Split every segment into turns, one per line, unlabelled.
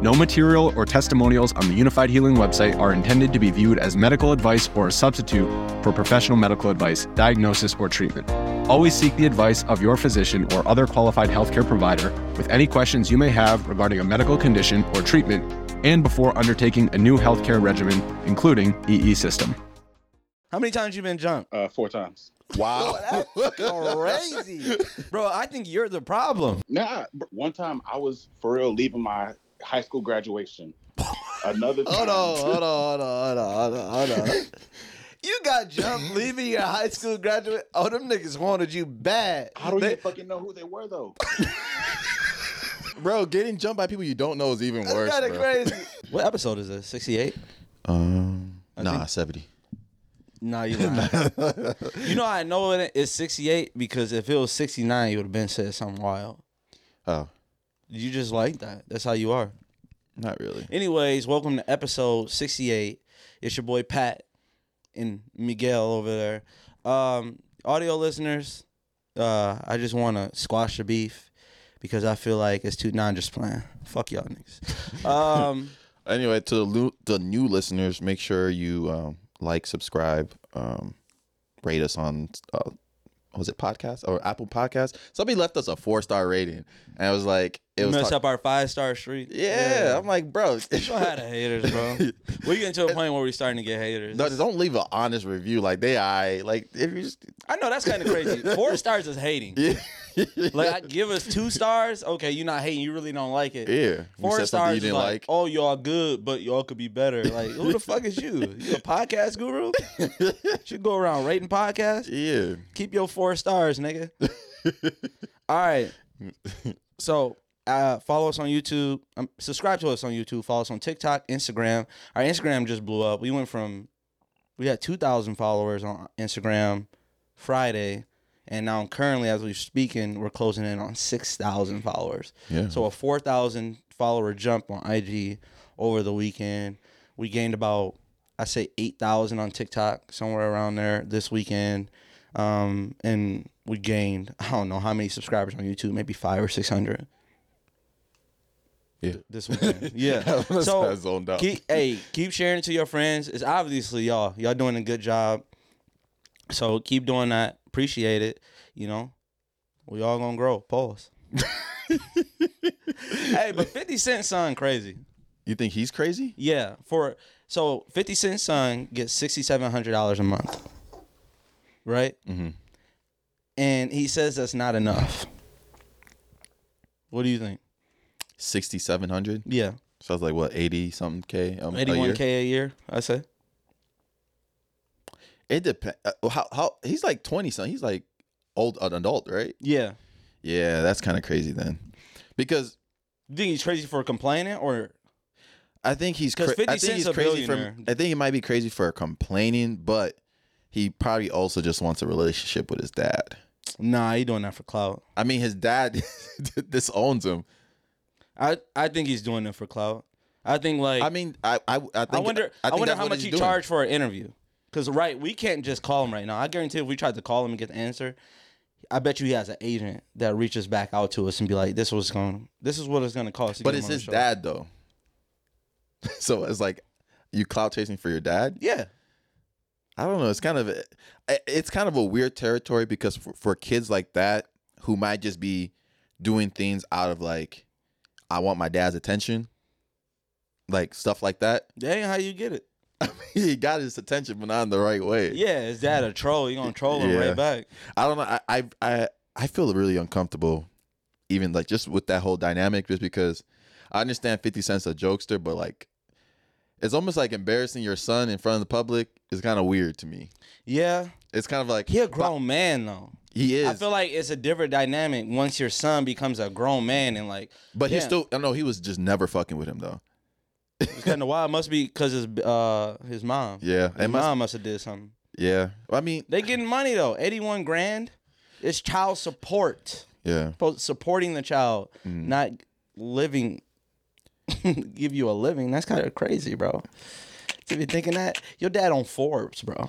No material or testimonials on the Unified Healing website are intended to be viewed as medical advice or a substitute for professional medical advice, diagnosis, or treatment. Always seek the advice of your physician or other qualified healthcare provider with any questions you may have regarding a medical condition or treatment and before undertaking a new healthcare regimen, including EE system.
How many times you been jumped?
Uh, four times.
Wow.
That's crazy, bro. I think you're the problem.
Nah, br- one time I was for real leaving my high school graduation. Another time.
Hold on, hold on, hold on, hold on, hold on, hold on. You got jumped leaving your high school graduate. Oh, them niggas wanted you bad.
How do
They-
you fucking know who they were though?
bro, getting jumped by people you don't know is even
That's
worse.
kinda
bro.
crazy.
What episode is this? 68?
Um, nah, 70.
Nah, you lying. you know, I know it is 68 because if it was 69, you would have been said something wild.
Oh,
You just like that. That's how you are.
not really.
Anyways, welcome to episode 68. It's your boy Pat and Miguel over there. Um, audio listeners, uh, I just want to squash the beef because I feel like it's too non just playing. Fuck y'all niggas. Um,
Anyway, to the, lu- the new listeners, make sure you um, like, subscribe, um, rate us on. Uh, what was it podcast or Apple Podcast? Somebody left us a four star rating, and I was like, "It was
mess
talk-
up our five star streak.
yeah, I'm like, "Bro,
Go ahead, haters, bro. We're getting to a point where we're starting to get haters.
No, don't leave an honest review. Like they, I like if you just
I know that's kind of crazy. Four stars is hating. Like, I give us two stars. Okay, you're not hating. You really don't like it.
yeah,
Four
you said something
stars
you
is
didn't
like,
like.
oh, y'all good, but y'all could be better. Like, who the fuck is you? You a podcast guru? Should go around rating podcasts.
Yeah,
Keep your four stars, nigga. All right. So uh, follow us on YouTube. Um, subscribe to us on YouTube. Follow us on TikTok, Instagram. Our Instagram just blew up. We went from we had two thousand followers on Instagram Friday, and now currently, as we're speaking, we're closing in on six thousand followers.
Yeah.
So a four thousand follower jump on IG over the weekend. We gained about I say eight thousand on TikTok somewhere around there this weekend, um, and we gained I don't know how many subscribers on YouTube, maybe five or six hundred
yeah.
this weekend. Yeah.
That's
so
how I zoned out.
keep hey, keep sharing it to your friends. It's obviously y'all. Y'all doing a good job. So keep doing that. Appreciate it. You know, we all gonna grow. Pause. hey, but Fifty Cent son crazy.
You think he's crazy?
Yeah. For so Fifty Cent son gets sixty seven hundred dollars a month. Right. Mm-hmm. And he says that's not enough. What do you think?
Sixty seven hundred.
Yeah,
So I was like, what eighty something k? Um, a year?
eighty one k a year. I say.
It depends. How how he's like twenty something. He's like old an adult, right?
Yeah.
Yeah, that's kind of crazy then, because
You think he's crazy for complaining or
I think he's
'Cause
cra-
50
I think
Cent's
he's
a
crazy for.
billionaire.
I think he might be crazy for complaining, but he probably also just wants a relationship with his dad.
nah, he doing that for clout.
I mean, his dad disowns him.
I, I think he's doing it for clout. I think like
I mean, I I, I, think,
I wonder I,
think
wonder
that's
how
what
much
he's
he
doing.
charged for an interview. Cause right, we can't just call him right now. I guarantee if we tried to call him and get the answer, I bet you he has an agent that reaches back out to us and be like, This was going this is what it's gonna cost to
But
get
it's
him on the
his
show."
dad though, so it's like you clout chasing for your dad.
Yeah.
I don't know. It's kind of it- it's kind of a weird territory because for, for kids like that who might just be doing things out of like I want my dad's attention, like stuff like that.
That ain't how you get it.
he got his attention, but not in the right way.
Yeah, his dad a troll. You gonna troll him
Yeah.
right back.
I don't know. I I I, I feel really uncomfortable, even like just with that whole dynamic, just because I understand Fifty Cent's a jokester, but like, it's almost like embarrassing your son in front of the public is kind of weird to me.
Yeah,
It's kind of like
he a grown man though.
he is,
I feel like it's a different dynamic once your son becomes a grown man and like
but he
yeah.
still. I don't know Oh, he was just never fucking with him though.
it's kind of wild. It must be because his uh his mom.
Yeah,
his
it must-
mom must have did something.
Yeah, I mean,
They getting money though. Eighty one grand. It's child support.
yeah,
Supposed- Supporting the child,
Mm-hmm.
not living. give you a living. That's kind of crazy, bro. To be thinking that your dad on Forbes, bro.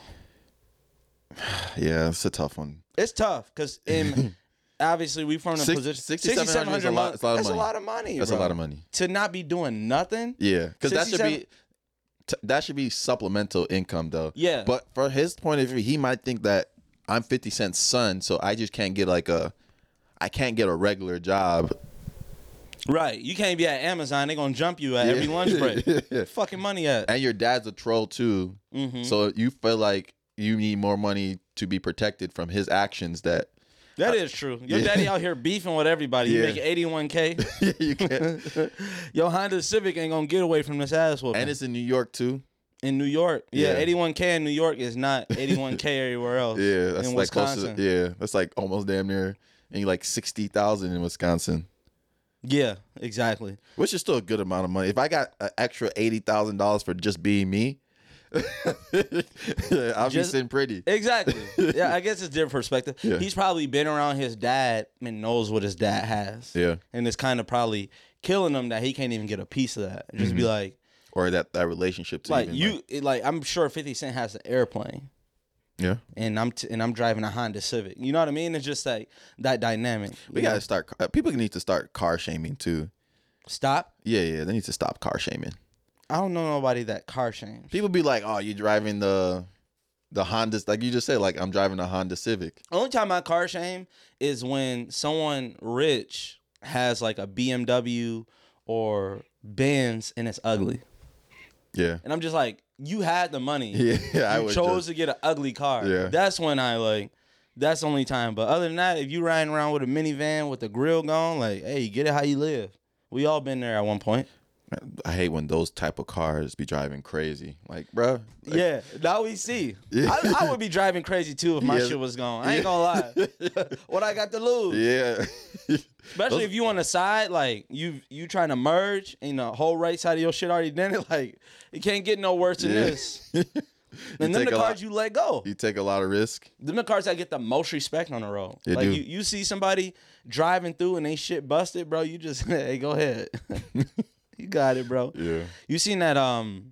yeah. It's a tough one.
It's tough because in obviously we from the
Six-
position
6,700 is a lot- it's a lot of
That's
money.
a lot of money.
That's
bro.
a lot of money.
to not be doing nothing.
Yeah, because that should
67
be t- that should be supplemental income though.
Yeah.
But for his point of view, he might think that I'm 50 Cent's son, so I just can't get like a I can't get a regular job.
Right. You can't be at Amazon. They're gonna jump you at every lunch break. Fucking money at.
And your dad's a troll too.
Mhm.
So you feel like you need more money to be protected from his actions that
That is true. Your
Yeah.
daddy out here beefing with everybody. You
Yeah.
make eighty one k.
you can't.
Your Honda Civic ain't gonna get away from this ass whooping.
and it's in New York too.
in New York. Yeah,
Yeah.
eighty one k in New York is not eighty one k everywhere else.
Yeah, that's
in
like close to
Wisconsin.
yeah, that's like almost damn near and you like 60,000 in Wisconsin.
yeah, exactly.
Which is still a good amount of money. If I got an extra eighty thousand dollars for just being me, yeah, I'll be
Just-
sitting pretty.
Exactly. yeah, I guess it's different perspective.
Yeah.
He's probably been around his dad and knows what his dad has.
Yeah,
And it's kind of probably killing him that he can't even get a piece of that. Just be like,
or that that relationship Mm-hmm. to
like
even,
you, it- like I'm sure Fifty Cent has an airplane,
yeah,
and I'm t- and I'm driving a Honda Civic. You know what I mean? It's just like that dynamic.
we
you
gotta
know?
start. uh, People need to start car shaming too.
stop.
Yeah, yeah, they need to stop car shaming.
I don't know nobody that car shames.
People be like, "Oh, you driving the the Honda?" Like you just said, like I'm driving a Honda Civic.
Only time I car shame is when someone rich has like a BMW or Benz and it's ugly,
Yeah,
and I'm just like, you had the money.
yeah, I
you
was
chose
just-
to get an ugly car.
Yeah.
That's when I like. That's the only time. But other than that, if you riding around with a minivan with the grill gone, like, hey, get it how you live. We all been there at one point.
I hate when those type of cars be driving crazy. Like, bro,
yeah. Now we see.
Yeah.
I, I would be driving crazy too if my
Yeah.
shit was gone. I ain't gonna lie. what I got to lose,
yeah,
especially if you on the side, like you you trying to merge and the whole right side of your shit already done it. Like it can't get no worse than
Yeah.
this. And then
take
the
a lot-
cards you let go.
you take a lot of risk.
them the cars that get the most respect on the road.
They
like
do.
you, you see somebody driving through and they shit busted, bro. You just hey, go ahead. you got it, bro.
Yeah.
You seen that um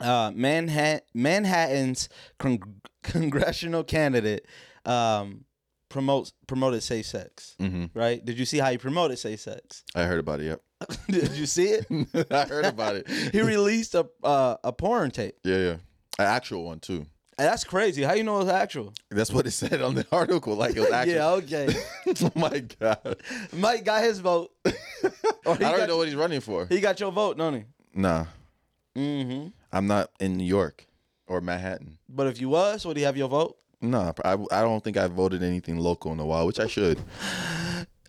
uh Manhattan Manhattan's con- congressional candidate um promotes promoted safe sex.
Mm-hmm.
Right? Did you see how he promoted safe sex?
I heard about it. Yep.
Did you see it?
I heard about it.
he released a uh, a porn tape.
Yeah, yeah. An actual one too.
That's crazy. How you know it's actual?
That's what it said on the article. Like it was actual.
Yeah, okay.
oh my god.
Mike got his vote. Or he
I
got-
don't know what he's running for.
He got your vote, don't he?
Nah,
Mm-hmm.
I'm not in New York or Manhattan.
But if you was, would he have your vote?
Nah, I, I don't think I voted anything local in a while, which I should.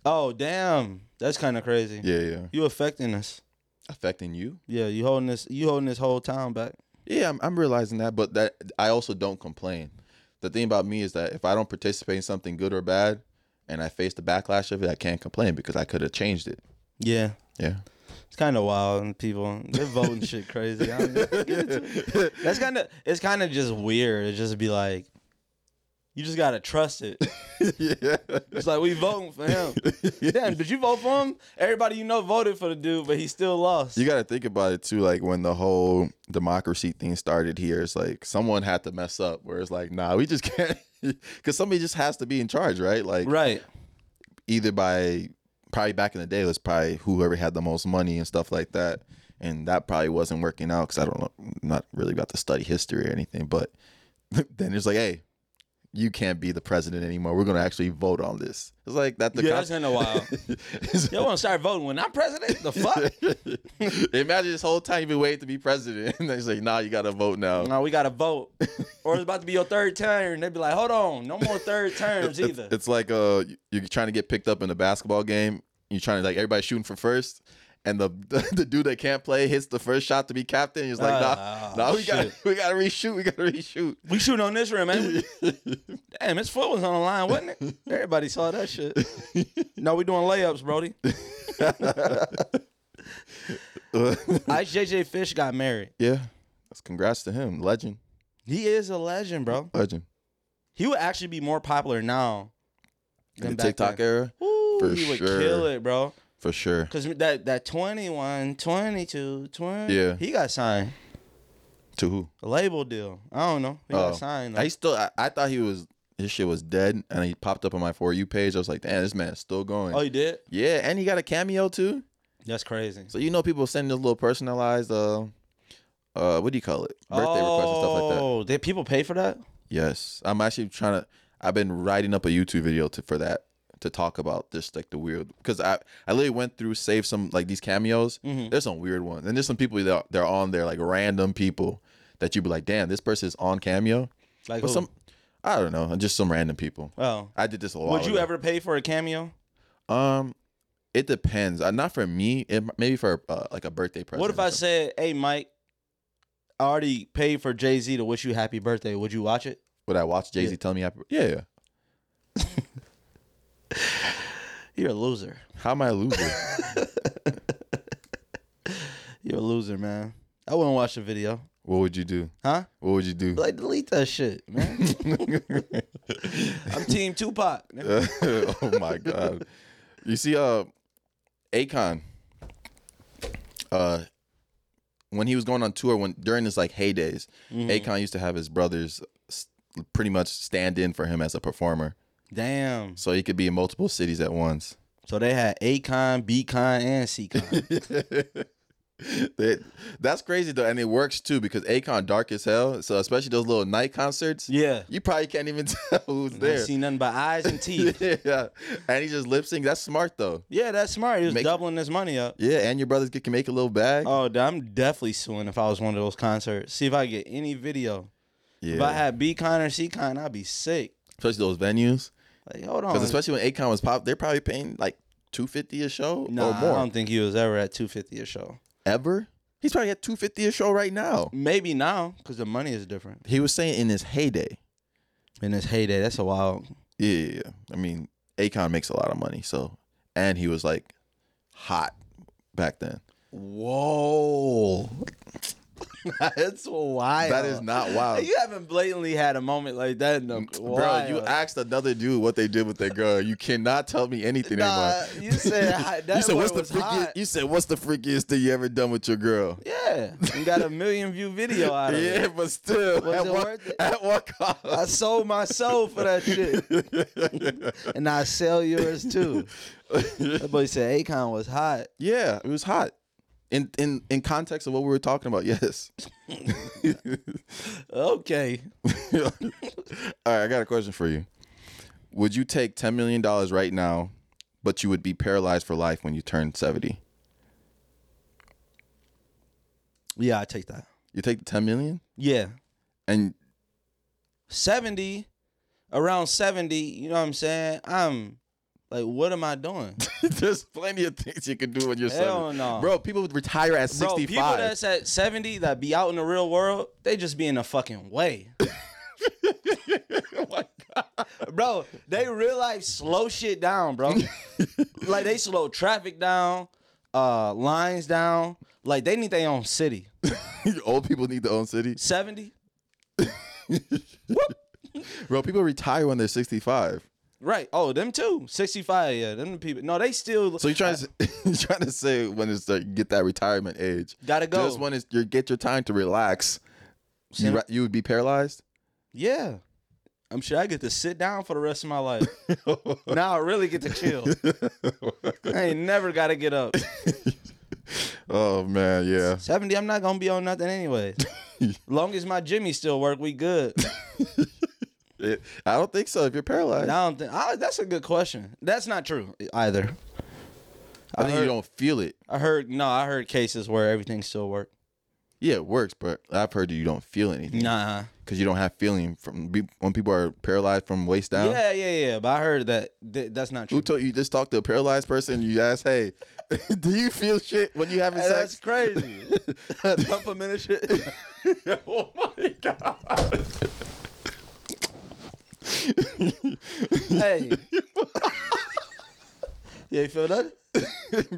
Oh, damn. That's kind of crazy.
Yeah, yeah.
You affecting us.
Affecting you?
Yeah, you holding this. You holding this whole town back.
Yeah, I'm, I'm realizing that, but that I also don't complain. The thing about me is that if I don't participate in something good or bad, and I face the backlash of it, I can't complain because I could have changed it.
Yeah.
Yeah.
It's kind of wild, and people they're voting shit crazy. I mean, that's kind of it's kind of just weird. It just be like, you just gotta trust it.
yeah.
It's like we voting for him. Damn, did you vote for him? Everybody you know voted for the dude, but he still lost.
You got to think about it too. Like when the whole democracy thing started here, it's like someone had to mess up. Where it's like, nah, we just can't, because somebody just has to be in charge, right? Like
right.
either by probably back in the day it was probably whoever had the most money and stuff like that, and that probably wasn't working out because I don't know, I'm not really about to study history or anything. But then it's like, hey, you can't be the president anymore. We're gonna actually vote on this. It's like that. The
yeah,
con-
that's kind of wild. Y'all want to start voting when I'm president? The fuck?
Imagine this whole time you've been waiting to be president, and they say, "Nah, you gotta vote now."
No, we got to vote. or it's about to be your third term. They'd be like, hold on, no more third terms
It's,
either.
it's like uh, you're trying to get picked up in a basketball game. You're trying to like everybody shooting for first, and the, the dude that can't play hits the first shot to be captain. He's like, nah,
Ah,
nah, we got
shit.
we got to reshoot, we got to reshoot.
We shooting on this rim, man. Damn, his foot was on the line, wasn't it? Everybody saw that shit. No, we doing layups, Brody. Ice JJ Fish got married.
yeah, that's congrats to him, legend,
He is a legend, bro.
legend.
He would actually be more popular now
In
than
the
back
TikTok
then.
era,
Ooh,
for
he would
sure.
kill it, bro.
for sure.
Cause that that 21, 22, 20.
Yeah.
He got signed.
To who?
A label deal. I don't know. He
Oh.
got signed. though.
I still, I, I thought he was his shit was dead, and he popped up on my for you page. I was like, damn, this man is still going.
oh, he did?
yeah, and he got a cameo too.
That's crazy.
So you know, people send those little personalized, uh, uh, what do you call it? Birthday requests and stuff like that.
Oh, did people pay for that?
Yes, I'm actually trying to. I've been writing up a YouTube video to for that to talk about just like the weird because I I literally went through saved some like these cameos.
Mm-hmm.
There's some weird ones, and there's some people that they're on there like random people that you'd be like, damn, this person is on cameo,
Like
but
who?
some I don't know, just some random people.
Oh.
I did this a lot.
Would you ever pay for a cameo?
Um, it depends. Uh, not for me. It, maybe for uh, like a birthday present.
What if
or
I
something.
said, "Hey, Mike, I already paid for Jay Z to wish you happy birthday. Would you watch it?"
Would I watch Jay Z tell me? Happy, yeah, yeah.
You're a loser.
How am I a loser?
You're a loser, man. I wouldn't watch the video,
what would you do?
huh?
What would you do?
Like delete that shit, man. I'm Team Tupac. nigga.
oh my god. You see uh Akon uh when he was going on tour when during his like heydays,
Mm-hmm.
Akon used to have his brothers s- pretty much stand in for him as a performer.
Damn.
So he could be in multiple cities at once.
So they had Akon, Bcon, and Ccon.
That- that's crazy though, and it works too because Akon dark as hell. So especially those little night concerts,
yeah.
you probably can't even tell who's
They
there.
see nothing but eyes and teeth.
yeah, and he just lip sync. That's smart though.
yeah, that's smart. He was
Make-
doubling his money up.
Yeah, and your brothers get- can make a little bag.
Oh, dude, I'm definitely suing if I was one of those concerts. See if I get any video.
yeah.
If I had B con or C con, I'd be sick.
especially those venues.
Like, hold on.
Because especially when Akon was pop, they're probably paying like two fifty a show
nah,
or more.
I don't think he was ever at 250 a show.
Ever? He's probably at two fifty a show right now.
Maybe now, because the money is different.
He was saying in his heyday.
In his heyday, that's a wild.
Yeah, yeah, yeah. I mean, Akon makes a lot of money, so and he was like hot back then.
Whoa. That's wild.
That is not wild.
You haven't blatantly had a moment like that in a
Bro,
while.
you asked another dude what they did with their girl. You cannot tell me anything
Nah,
anymore.
you said hi- that
you said
boy
what's the
was hot.
freakiest? You said what's the freakiest thing you ever done with your girl?
Yeah.
You got a million view video out of
Yeah,
it.
but still,
Was
at,
it
what,
worth it?
at what
I
cost?
sold my soul for that shit. and I sell yours too.
That boy said Akon was hot.
Yeah, it was hot. In in in context of what we were talking about, yes.
Okay.
All right, I got a question for you. Would you take ten million dollars right now, but you would be paralyzed for life when you turn seventy?
Yeah, I take that.
You take the ten million,
Yeah.
and
70, around 70, you know what I'm saying? I'm like, what am I doing?
there's plenty of things you can do when you're
Hell
seventy.
no.
Bro, people would retire at
Bro, people
sixty-five.
that's at 70 that be out in the real world, they just be in a fucking way.
oh my God.
bro, they real life slow shit down, bro. like they slow traffic down, uh, lines down. Like they need their own city.
Old people need their own city.
70?
Bro, people retire when they're sixty-five.
Right. Oh, them too. 65, yeah. Them people. No, they still
So you're trying to you're trying to say when it's like get that retirement age.
gotta go.
Just when it's you get your time to relax,
See,
you, ra- you would be paralyzed.
Yeah. I'm sure I get to sit down for the rest of my life. now I really get to chill. I ain't never gotta get up.
oh man, yeah.
70, I'm not gonna be on nothing anyway. Long as my Jimmy still work, we good.
It- I don't think so. If you're
I
paralyzed,
don't think I, that's a good question. That's not true either.
I think
heard-
you don't feel it.
I heard no, I heard cases where everything still worked.
Yeah, it works, but I've heard you don't feel anything
Nah.
because you don't have feeling from be- when people are paralyzed from waist down.
Yeah, yeah, yeah. But I heard that th- that's not true.
Who told you just talk to a paralyzed person? You ask, hey, do you feel shit when you having
Hey,
sex?
that's crazy. Pump a minute shit.
oh my god!
Hey. yeah, you feel that?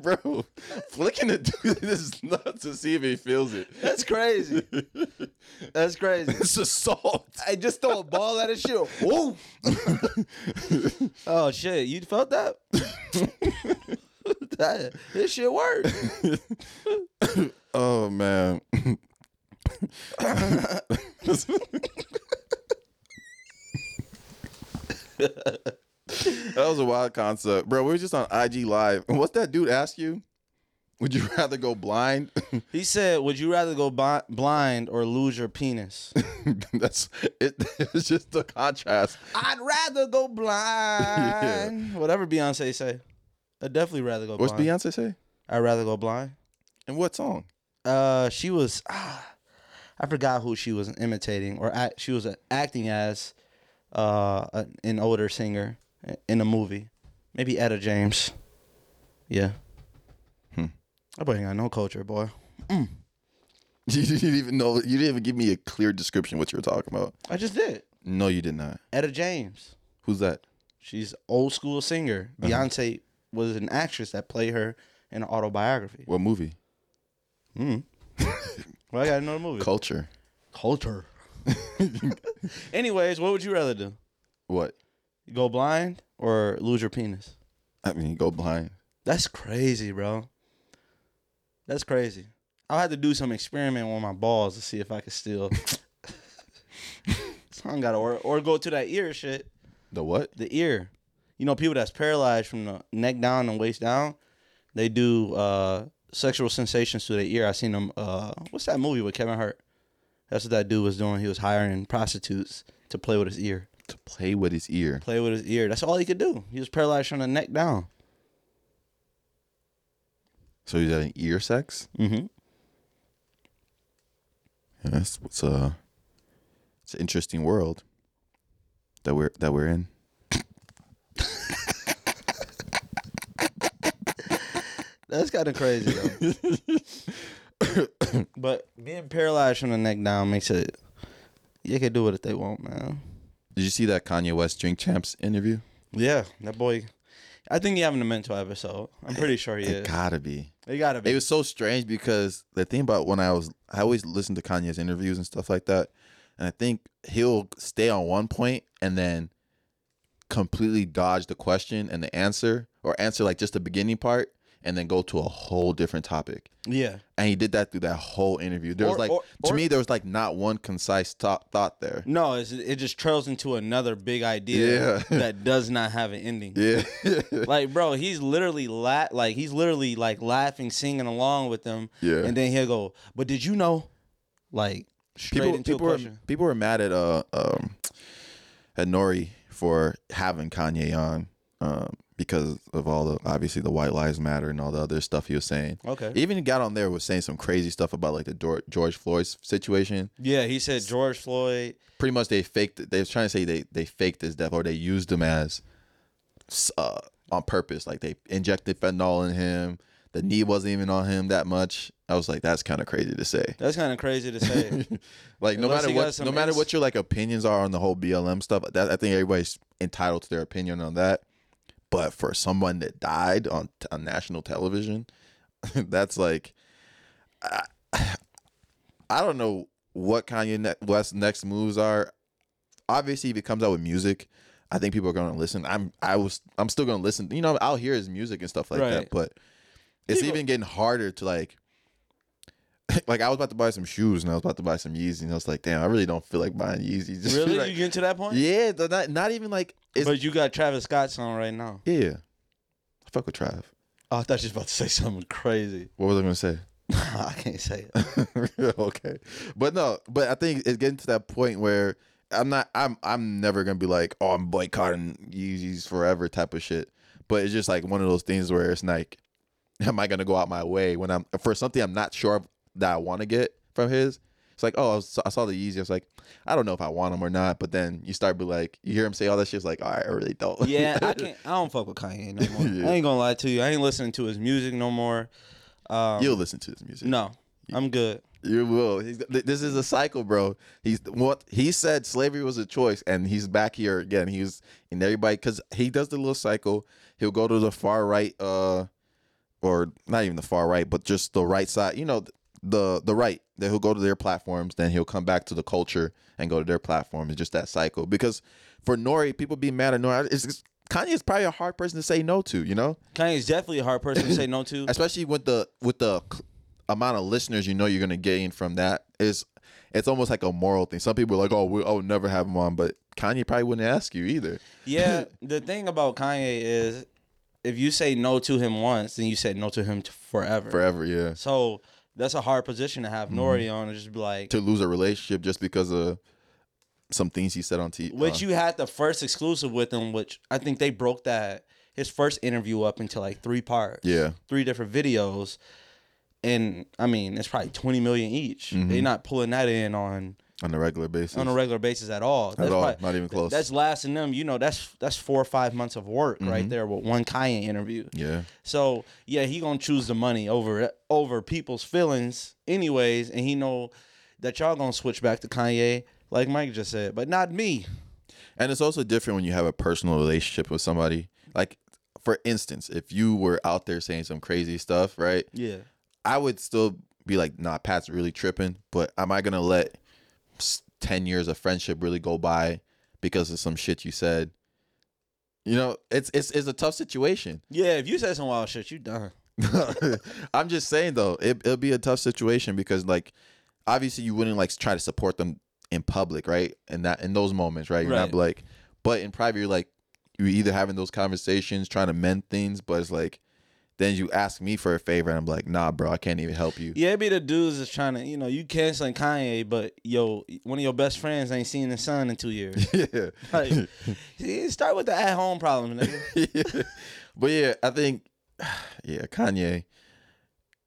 Bro, flicking the dude is nuts to see if he feels it.
That's crazy. That's crazy.
It's assault.
I just throw a ball at his shit. Whoa.
Oh shit, you felt that?
That, this shit worked.
Oh man. that was a wild concept, bro. We were just on IG Live, and what's that dude ask you? Would you rather go blind?
He said, "Would you rather go bi- blind or lose your penis?"
That's it. It's just the contrast.
I'd rather go blind. Whatever Beyonce say, I'd definitely rather go
What's
blind.
Beyonce say?
I'd rather go blind.
And what song?
Uh, she was ah, I forgot who she was imitating or act, she was uh, acting as uh a- an older singer in a movie, maybe Etta James. Yeah. Hmm. I boy ain't got no culture, boy.
You didn't even know. You didn't even give me a clear description what you were talking about.
I just did
No, you did not.
Etta James.
Who's that?
She's old school singer. Beyonce was an actress that played her in an autobiography.
What movie?
Well, I got another movie.
Culture.
Culture. Anyways, what would you rather do?
What?
Go blind or lose your penis?
I mean, go blind.
That's crazy, bro. That's crazy. I'll have to do some experiment on my balls to see if I can still. Something gotta work. Or go to that ear shit.
The what?
the ear. You know, people that's paralyzed from the neck down and waist down, they do uh, sexual sensations through their ear. I seen them. Uh, what's that movie with Kevin Hart? That's what that dude was doing. He was hiring prostitutes to play with his ear.
To play with his ear.
Play with his ear. That's all he could do. He was paralyzed from the neck down.
So he's having ear sex?
Mm-hmm.
Yeah, that's what's uh it's an interesting world that we're that we're in.
That's kind of crazy though. but being paralyzed from the neck down makes it. They can do what they want, man.
Did you see that Kanye West Drink Champs interview?
Yeah, that boy. I think he's having a mental episode. I'm pretty sure he
It
is.
gotta be.
It gotta be.
It was so strange because the thing about when I was I always listen to Kanye's interviews and stuff like that. And I think he'll stay on one point and then completely dodge the question and the answer or answer like just the beginning part and then go to a whole different topic.
yeah.
And he did that through that whole interview. There was
Or-
like
or-
to
or-
me there was like not one concise thought thought there.
No, it's, it just trails into another big idea
Yeah.
that does not have an ending.
Yeah.
Like, bro, he's literally la- like he's literally like laughing, singing along with them.
Yeah.
And then he'll go, "But did you know?" Like straight
people
into
people
a
were
question.
people were mad at uh um at Nori for having Kanye on um because of all the obviously the White Lives Matter and all the other stuff he was saying.
Okay.
Even he got on there was saying some crazy stuff about like the Dor- George Floyd situation.
yeah, he said George Floyd.
Pretty much they faked. it. They was trying to say they they faked his death or they used him as s- uh, on purpose. Like they injected fentanyl in him. The knee wasn't even on him that much. I was like, that's kind of crazy to say.
That's kind of crazy to say.
Like no
Unless
matter
he got
what,
some
no matter
ins-
what your like opinions are on the whole BLM stuff, that I think everybody's entitled to their opinion on that. But for someone that died on, on national television, that's like, I, I don't know what Kanye ne- West's next moves are. Obviously, if he comes out with music, I think people are gonna listen. I'm I was I'm still gonna listen. You know, I'll hear his music and stuff like
Right.
that. But it's even getting harder to like like I was about to buy some shoes and I was about to buy some Yeezys and I was like, damn, I really don't feel like buying Yeezys. Just
really,
like-
you get to that point?
yeah, they're not not even like it's
But you got Travis Scott song right now.
yeah. I fuck with Trav.
Oh, I thought you was about to say something crazy.
What was I gonna say?
I can't say it.
okay, but no, but I think it's getting to that point where I'm not, I'm, I'm never gonna be like, oh, I'm boycotting Yeezys forever type of shit. But it's just like one of those things where it's like, am I gonna go out my way when I'm for something I'm not sure of that I want to get from his. It's like, oh, I, was, I saw the Yeezy. I was like, I don't know if I want him or not. But then you start be like, you hear him say all that shit. It's like, all right, I really don't.
Yeah, I can't. I don't fuck with Kanye no more.
Yeah.
I ain't gonna lie to you. I ain't listening to his music no more. Um,
You'll listen to this music.
no, I'm good.
You will. He's, th- this is a cycle, bro. He's what he said. Slavery was a choice, and he's back here again. He was and everybody because he does the little cycle. He'll go to the far right, uh, or not even the far right, but just the right side. You know, th- the the right. Then he'll go to their platforms. Then he'll come back to the culture and go to their platform. It's just that cycle. Because for Nori, people be mad at Nori. It's, it's, Kanye is probably a hard person to say no to. You know,
Kanye's definitely a hard person to say no to.
especially with the with the c- amount of listeners you know you're gonna gain from that is it's almost like a moral thing. Some people are like, oh, we, oh, never have him on, but Kanye probably wouldn't ask you either.
Yeah, the thing about Kanye is, if you say no to him once, then you said no to him t- forever.
Forever, Mm-hmm. yeah.
So that's a hard position to have Nori on and just be like,
To lose a relationship just because of some things he said on TV.
which you had the first exclusive with him, which I think they broke that his first interview up into like three parts.
Yeah.
three different videos, and I mean it's probably twenty million each.
Mhm.
They're not pulling that in on
on a regular basis.
on a regular basis at all. That's
all,
probably-
not even close.
That's lasting them. You know, that's that's four or five months of work
Mm-hmm.
right there with one Kanye interview.
yeah,
So yeah, he gonna choose the money over over people's feelings, anyways, and he know that y'all gonna switch back to Kanye, like Mike just said, but not me.
and it's also different when you have a personal relationship with somebody. Like, for instance, if you were out there saying some crazy stuff, right?
Yeah,
I would still be like, nah, Pat's really tripping, but am I gonna let s- ten years of friendship really go by because of some shit you said? You know, it's it's it's a tough situation.
yeah. If you said some wild shit, you done.
I'm just saying though, it, it'll be a tough situation because like obviously you wouldn't like try to support them in public, right? In that in those moments, right? You're
Right.
not like, but in private, you're like you're either having those conversations, trying to mend things, but it's like then you ask me for a favor and I'm like, nah, bro, I can't even help you.
Yeah, it be the dudes that's trying to, you know, you canceling Kanye, but yo, one of your best friends ain't seen the sun in two years.
yeah.
Like, see, start with the at home problem, nigga.
but yeah, I think yeah, Kanye.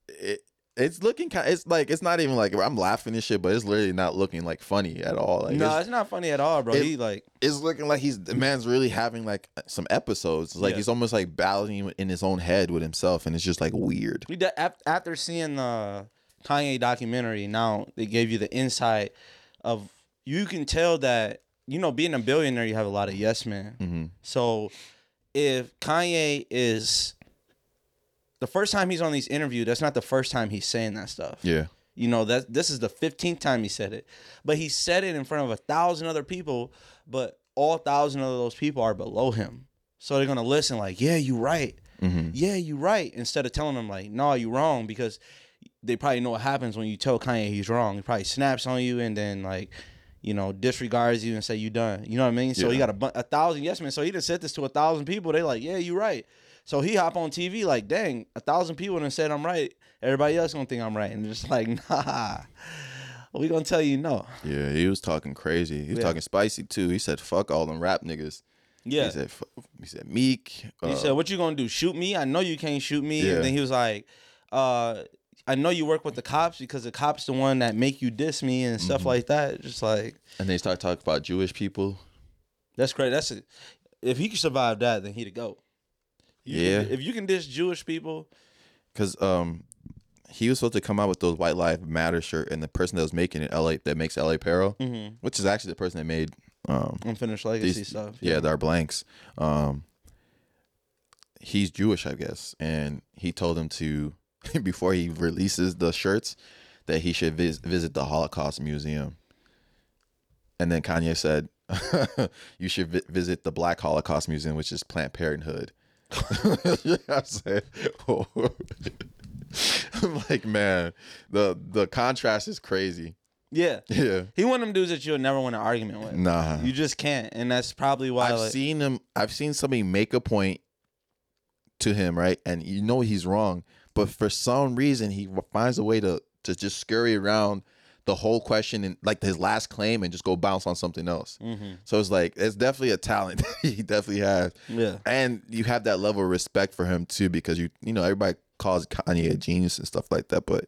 It, it's looking kind. It's like it's not even like I'm laughing and shit, but it's literally not looking like funny at all. Like
no,
it's,
it's not funny at all, bro.
it-
he like,
it's looking like he's the man's really having like uh, some episodes. It's like
Yeah.
he's almost like battling in his own head with himself, and it's just like weird.
we de- af- after seeing the Kanye documentary, now they gave you the insight of you can tell that you know being a billionaire, you have a lot of yes men.
Mm-hmm.
So if Kanye is the first time he's on these interviews, that's not the first time he's saying that stuff.
Yeah,
You know that this is the fifteenth time he said it, but he said it in front of a thousand other people, but all thousand of those people are below him, so they're gonna listen like, yeah, you right,
Mhm.
Mm.
yeah, you right, instead of telling them like, no, you wrong, because they probably know what happens when you tell Kanye he's wrong. He probably snaps on you and then like, you know, disregards you and say you done. You know what I mean? So he
Yeah.
got a, bu- a thousand yes men. So he done said this to a thousand people. They like, yeah, you right. So he hop on TV like, dang, a thousand people done said I'm right. Everybody else gonna think I'm right, and just like, nah, we gonna tell you no.
yeah. He was talking crazy. He was
Yeah.
talking spicy too. He said, "Fuck all them rap niggas."
Yeah.
He said, "Fu- "He said Meek."
He
uh,
said, "What you gonna do? Shoot me? I know you can't shoot me."
Yeah.
And then he was like, uh, "I know you work with the cops because the cops the one that make you diss me and stuff
Mm-hmm.
like that." Just like
and they start talking about Jewish people.
that's crazy. That's a, if he could survive that, then he'd go. You
Yeah.
can- if you can diss Jewish people,
because um he was supposed to come out with those white life matter shirt and the person that was making it la that makes la apparel which is actually the person that made um
unfinished legacy
these,
stuff.
yeah they're blanks um he's jewish i guess and he told him to before he releases the shirts that he should vis- visit the holocaust museum and then kanye said you should vi- visit the black holocaust museum which is plant parenthood I said, I'm like, man, the the contrast is crazy.
yeah.
Yeah,
He one of them dudes that you'll never win an argument with.
nah.
You just can't, and that's probably why.
I've
like,
seen him. I've seen somebody make a point to him, right? And you know he's wrong, but for some reason he finds a way to to just scurry around the whole question and like his last claim and just go bounce on something else.
Mhm.
So it's like it's definitely a talent he definitely has.
Yeah.
and you have that level of respect for him too because you you know everybody calls Kanye a genius and stuff like that, but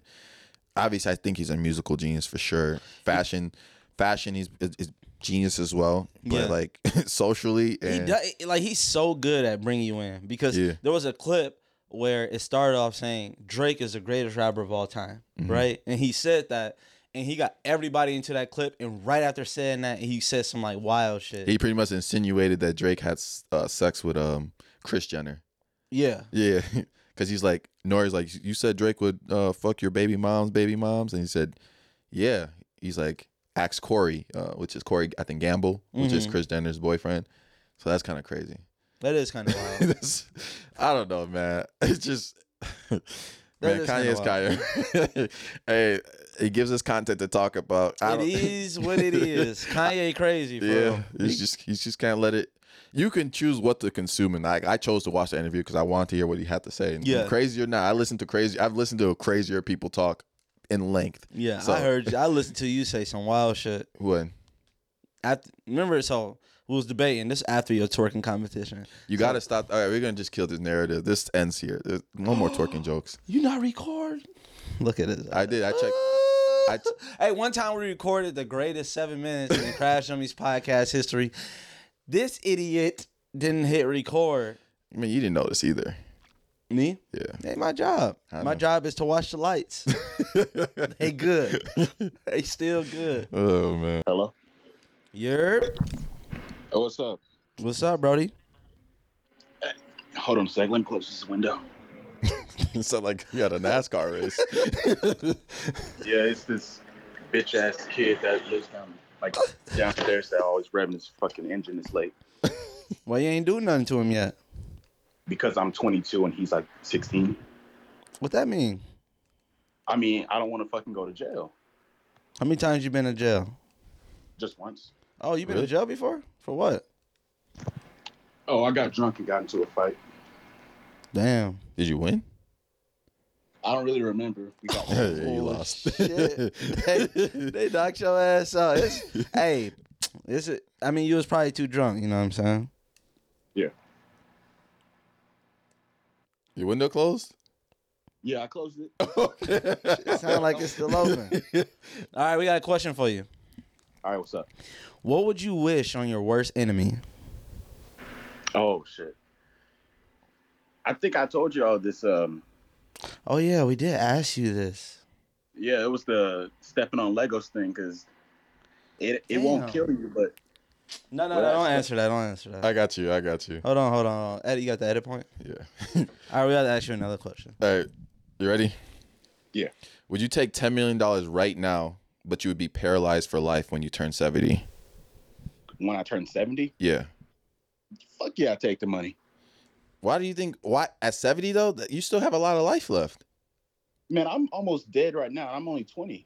obviously I think he's a musical genius for sure. Fashion, fashion, he's is, is genius as well. But
Yeah.
like socially,
He
and,
does, like he's so good at bringing you in because
Yeah.
there was a clip where it started off saying Drake is the greatest rapper of all time,
Mm-hmm.
right? And he said that, and he got everybody into that clip. And right after saying that, he said some like wild shit.
he pretty much insinuated that Drake had s- uh, sex with um Chris Jenner.
yeah,
Yeah, because he's like Nori's like you said Drake would uh, fuck your baby moms, baby moms, and he said, yeah. He's like ask Corey, uh, which is Corey I think Gamble, which is
Mhm.
Chris Jenner's boyfriend. So that's kind of crazy.
that is kind of wild.
That's- I don't know, man. It's just man,
is
Kanye
kinda
is Kanye. hey, it gives us content to talk about. I
it
don't,
is what it is. Kanye crazy, for
yeah,
real.
he's just he's just can't let it. You can choose what to consume, and like I chose to watch the interview because I wanted to hear what he had to say. And
Yeah.
crazy or not, I listened to crazy. I've listened to crazier people talk in length.
Yeah,
So-
I heard. you- I listened to you say some wild shit.
When
After, remember, so we was debating this after your twerking competition.
you got to stop. All right, we're gonna just kill this narrative. This ends here. There's no more twerking jokes.
You not record? Look at it.
I did. I checked. I t-
hey, one time we recorded the greatest seven minutes in Crash Dummies podcast history. This idiot didn't hit record.
I mean, you didn't notice either.
Me?
Yeah.
Hey, my job.
I
My
know.
job is to watch the lights. they good. they still good.
Oh man.
Hello.
You're.
Oh, what's up?
What's up, Brody?
Hold on a sec. Let me close this window.
It sounded like you had a NASCAR race.
Yeah, it's this bitch ass kid that lives down like downstairs that always revving his fucking engine this late
Well, you ain't doing nothing to him yet.
because I'm 22 and he's like 16.
What that mean?
I mean, I don't want to fucking go to jail
How many times you been in jail?
just once.
Oh, you been
Really?
in jail before? For what?
Oh, I got drunk and got into a fight.
Damn.
Did you win?
I don't really remember. We got
Yeah, you
Oh,
lost.
shit. they, they knocked your ass out. It's, hey, it's a, I mean, you was probably too drunk. You know what I'm saying?
Your window closed.
yeah, I closed it.
It sounds like it's still open. All right, we got a question for you.
All right, what's up?
What would you wish on your worst enemy?
Oh shit. I think I told you all this. Um,
Oh yeah, we did ask you this.
yeah, it was the stepping on Legos thing because it it won't
Damn.
kill you, but
No, no,
What
no.
I
Don't
said.
answer that. Don't answer that.
I got you. I got you.
Hold on, hold on. hold on. Eddie, you got the edit point.
Yeah.
All right, we got to ask you another question.
All right. You ready?
Yeah.
Would you take $10 million right now, but you would be paralyzed for life when you turn 70?
when I turn 70,
Yeah.
fuck yeah, I take the money.
Why do you think, why at 70 though, that you still have a lot of life left?
Man, I'm almost dead right now. I'm only 20.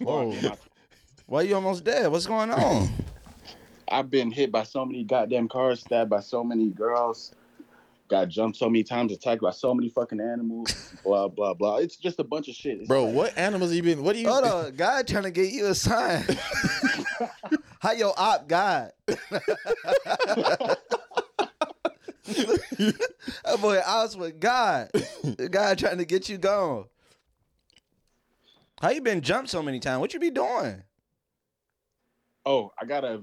Whoa.
Well,
Why you almost dead? What's going on?
I've been hit by so many goddamn cars, stabbed by so many girls, got jumped so many times, attacked by so many fucking animals, blah, blah, blah. It's just a bunch of shit. It's
Bro,
like-
what animals you been, what do you,
hold on, God trying to get you a sign. How your op God? that boy ops with God. God trying to get you gone. How you been jumped so many times? What you be doing?
Oh, I got a,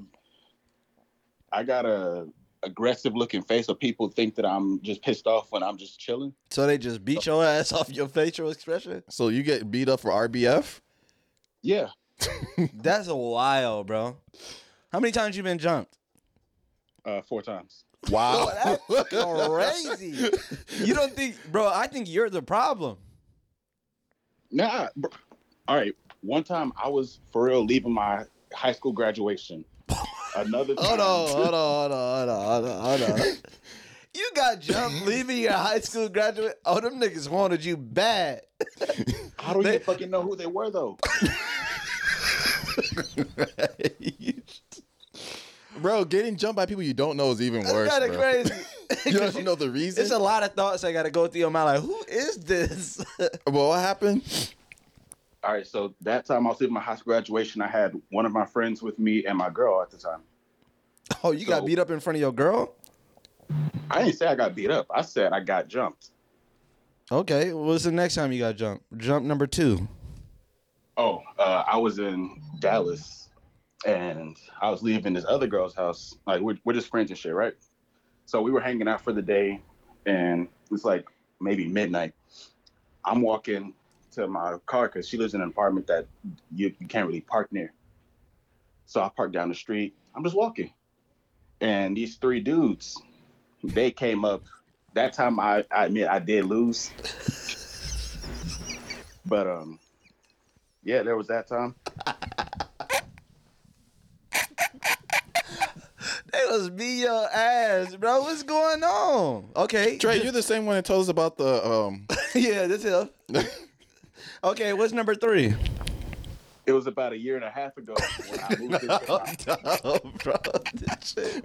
I got a aggressive looking face, so people think that I'm just pissed off when I'm just chilling.
So they just beat your ass off your facial expression?
so you get beat up for RBF?
Yeah,
That's a while, bro. How many times you been jumped?
uh, four times.
Wow.
Crazy. you don't think, bro? I think you're the problem.
Nah, bro. all right. One time I was for real leaving my high school graduation. Another time,
Hold on, hold on, hold on, hold on, hold on, hold on. You got jumped leaving your high school graduate. Oh, them niggas wanted you bad.
how do
They-
you fucking know who they were though?
Bro, getting jumped by people you don't know is even worse.
That's kind of
bro.
crazy.
You don't even know the reason.
It's a lot of thoughts I gotta go through in my life. Who is this?
well, what happened?
All right, so that time I was leaving my high school graduation, I had one of my friends with me and my girl at the time.
oh, you got
So-
beat up in front of your girl?
I didn't say I got beat up. I said I got jumped.
Okay. What's the next time you got jumped? Jump number two.
uh, I was in Dallas and I was leaving this other girl's house. Like we're, we're just friends and shit, right? So we were hanging out for the day and it's like maybe midnight. I'm walking to my car because she lives in an apartment that you, you can't really park near. So I parked down the street. I'm just walking. And these three dudes, they came up. That time I, I admit I did lose. But um yeah, there was that time.
They was be your ass, bro. What's going on? Okay.
Trey, you're the same one that told us about the um.
yeah, this him. okay, what's number three?
It was about a year and a half ago when I moved into my,
bro.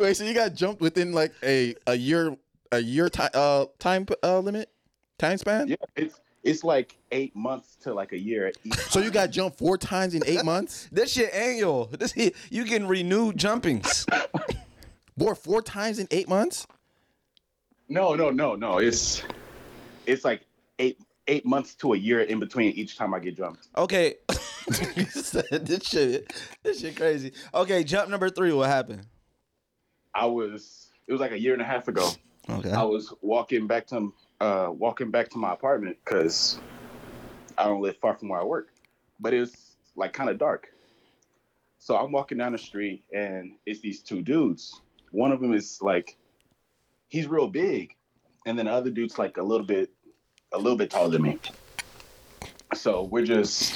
Wait, so you got jumped within like a a year a year time uh time uh limit time span?
Yeah, it's it's like eight months to like a year. at each
So you got jumped four times in eight months?
This shit annual. This you getting renewed jumpings.
Boy, four times in eight months?
No, no, no, no. It's it's like eight eight months to a year in between each time I get jumped.
Okay. He said, this shit this shit crazy. Okay, jump number three, what happened?
I was it was like a year and a half ago.
Okay.
I was walking back to uh walking back to my apartment because I don't live far from where I work, but it was like kind of dark. So I'm walking down the street and it's these two dudes. One of them is like he's real big, and then the other dude's like a little bit a little bit taller than me. So we're just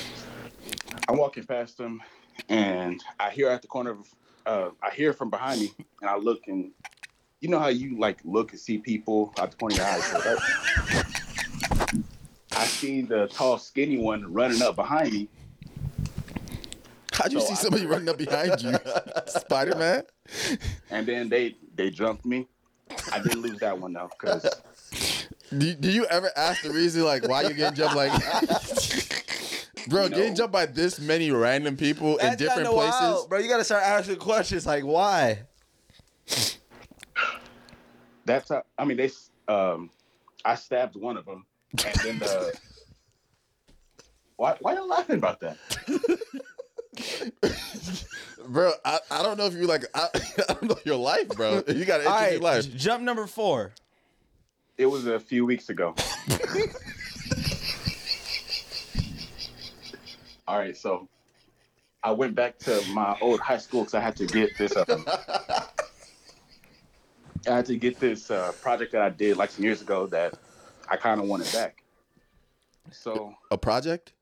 I'm walking past them and I hear at the corner of uh, I hear from behind me and I look and you know how you like look and see people out the corner of your eyes. right? I see the tall, skinny one running up behind me.
How'd you
So
see
I-
somebody running up behind you? Spider Man?
and then they they jumped me. I didn't lose that one though, because
Do, do you ever ask the reason like why you getting jumped like Bro,
No.
getting jumped by this many random people in
That's
different
kinda
places.
wild, bro. You gotta start asking questions like why?
that's how, I mean they s- um I stabbed one of them, and then the why why you laughing about that?
Bro, I, I don't know if you like I, I don't know your life, bro. You got an
All
interesting
right,
life.
j- jump number four.
It was a few weeks ago. All right, so I went back to my old high school because I had to get this. Um, I had to get this uh, project that I did like some years ago that I kind of wanted back. So
A project?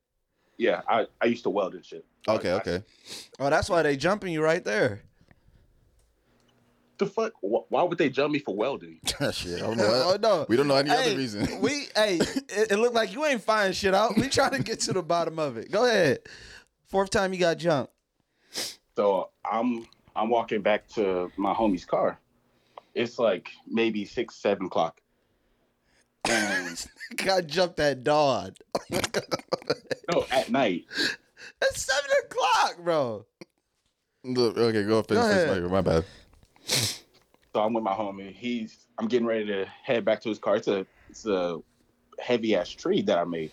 yeah, I, I used to weld and shit.
Okay,
I-
okay.
Oh, that's why they jumping you right there.
the fuck? Wh- Why would they jump me for welding?
Shit, I don't know.
Oh, no.
We don't know any
Hey,
other reason.
We hey, it, it looked like you ain't finding shit out. We trying to get to the bottom of it. Go ahead. Fourth time you got jumped.
So I'm I'm walking back to my homie's car. It's like maybe six seven o'clock. And
Got jumped at dawn.
No, at night.
It's seven o'clock, bro.
Look, okay, go finish
Go
this
ahead.
later. My bad.
So I'm with my homie. He's I'm getting ready to head back to his car. It's a it's a heavy ass tree that I made.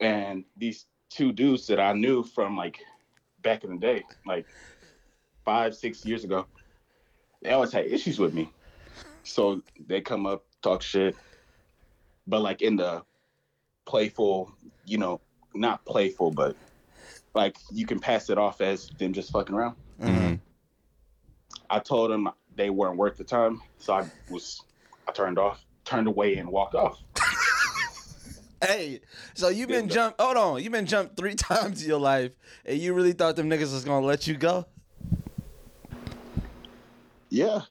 And these two dudes that I knew from like back in the day, like five, six years ago, they always had issues with me. So they come up, talk shit, but like in the playful, you know, not playful, but like you can pass it off as them just fucking around.
Mhm.
I told them they weren't worth the time, so I was I turned off, turned away, and walked off.
Hey, so you've been
Yeah.
jumped. Hold on, you've been jumped three times in your life, and you really thought them niggas was gonna let you go?
Yeah,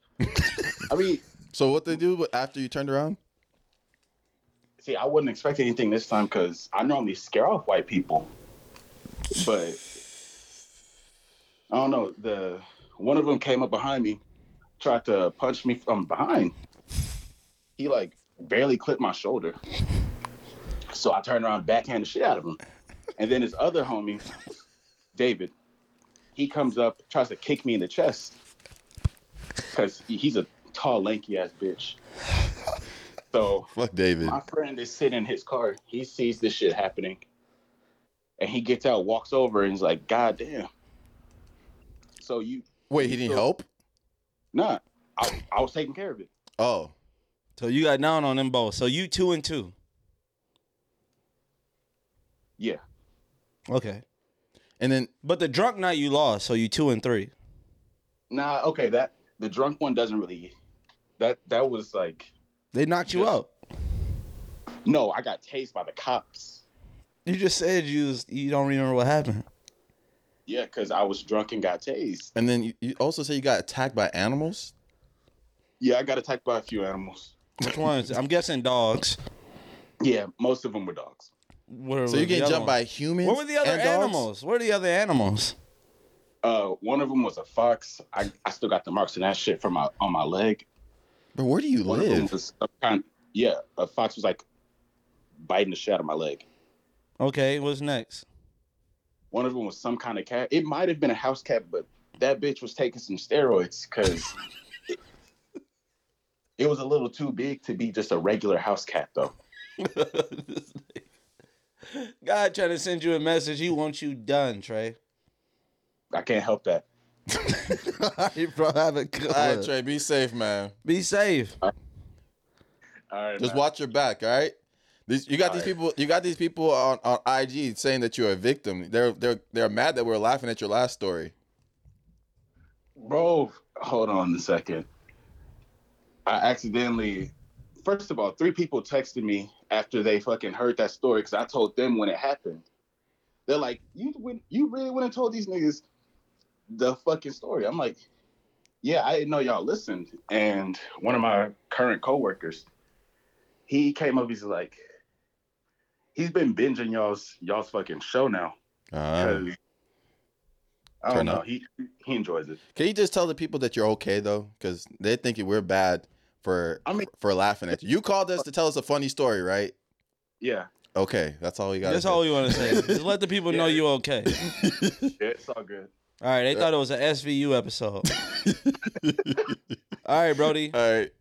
I mean,
So what they do after you turned around?
see, I wouldn't expect anything this time because I normally scare off white people, but I don't know. The one of them came up behind me, tried to punch me from behind. He like barely clipped my shoulder, so I turned around, backhand the shit out of him, and then his other homie, David, he comes up, tries to kick me in the chest because he's a tall, lanky ass bitch. So
Fuck David.
my friend is sitting in his car. He sees this shit happening. and he gets out, walks over, and he's like, "God damn!" So you
Wait, he didn't help?
nah, I, I was taking care of it.
Oh,
So you got down on them both. So you two and two.
Yeah,
Okay.
and then
But the drunk night you lost, so you two and three.
nah, okay, that the drunk one doesn't really. That that was like
They knocked you
Yeah.
out.
no, I got tased by the cops.
You just said you was, you don't remember what happened.
Yeah, because I was drunk and got tased.
and then you, you also say you got attacked by animals.
Yeah, I got attacked by a few animals.
Which ones? I'm guessing dogs.
Yeah, most of them were dogs.
What
So you're getting jumped by humans.
What were the other
and dogs?
animals? What are the other animals?
Uh, one of them was a fox. I, I still got the marks of that shit from my on my leg.
But where do you
One of them
live?
was some kind. Yeah, a fox was like biting the shit out of my leg.
Okay, what's next?
One of them was some kind of cat. It might have been a house cat, but that bitch was taking some steroids because it, it was a little too big to be just a regular house cat, though.
God trying to send you a message. He wants you done, Trey.
I can't help that.
bro, have a good
All right, Trey, be safe, man.
Be safe.
All right,
Just
man.
watch your back, all right? These, you got these
Alright.
people. You got these people on, on IG saying that you're a victim. They're they're they're mad that we're laughing at your last story.
Bro, hold on a second. I accidentally, first of all, three people texted me after they fucking heard that story because I told them when it happened. They're like, "You went, you really went and told these niggas the fucking story." I'm like, "Yeah, I didn't know y'all listened." And one of my current coworkers, he came up. He's like, "He's been binging y'all's y'all's fucking show now."
Uh,
Uh-huh.
'cause- I
Fair
don't know.
enough.
He he enjoys it.
can you just tell the people that you're okay though? Because they think we're bad for
I mean-
for laughing at you. You called us to tell us a funny story, right?
Yeah.
Okay, that's all you got.
That's all you want to say. Just let the people know you okay.
Yeah, it's all good.
All right, they thought it was an SVU episode. All right, Brody.
All right,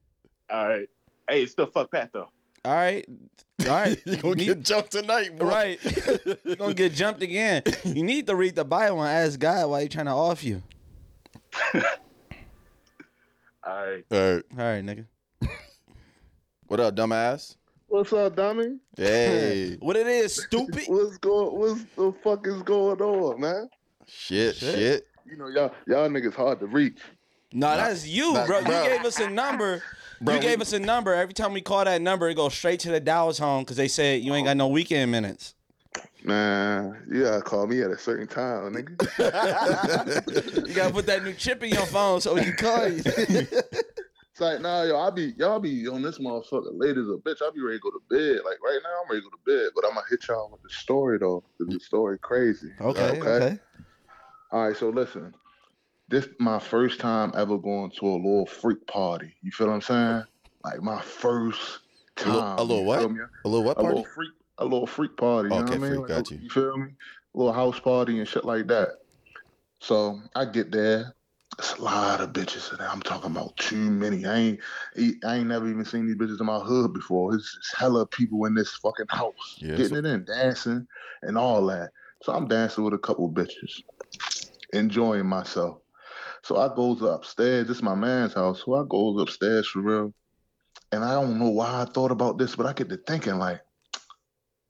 All right. Hey, it's still fuck Pat though.
All right, all right.
you gonna
Me-
get jumped tonight, boy.
right. You're gonna get jumped again. You need to read the Bible and ask God why He trying to off you.
All right.
All right.
All right, nigga.
What up, dumbass?
What's up, dummy?
Hey,
What it is, stupid?
What's going? What's the fuck is going on, man?
shit,
Shit.
shit.
You know, y'all y'all niggas hard to reach.
No, that's you,
Nah,
bro.
bro.
You gave us a number.
Bro,
you gave
we-
us a number. Every time we call that number, it goes straight to the Dallas home because they said you ain't got no weekend minutes.
Man, you gotta call me at a certain time, nigga.
You gotta put that new chip in your phone so we can call you.
It's like, nah, yo, I be y'all be on this motherfucker late as a bitch. I be ready to go to bed. Like right now, I'm ready to go to bed, but I'm gonna hit y'all with the story though. 'cause The story crazy.
Okay, okay.
All right, so listen. This my first time ever going to a little freak party. You feel what I'm saying? Like my first
A little-
time.
a little
you
what?
feel me?
A little what
a
party?
little freak, a little freak party. You
Okay,
know what I mean?
freak,
Like,
got you.
You feel me? A little house party and shit like that. So I get there. It's a lot of bitches in there. I'm talking about too many. I ain't, I ain't never even seen these bitches in my hood before. It's just hella people in this fucking house,
Yeah,
getting it in, dancing and all that. So I'm dancing with a couple bitches, enjoying myself. So I goes upstairs. This is my man's house. So I goes upstairs for real. And I don't know why I thought about this, but I get to thinking like,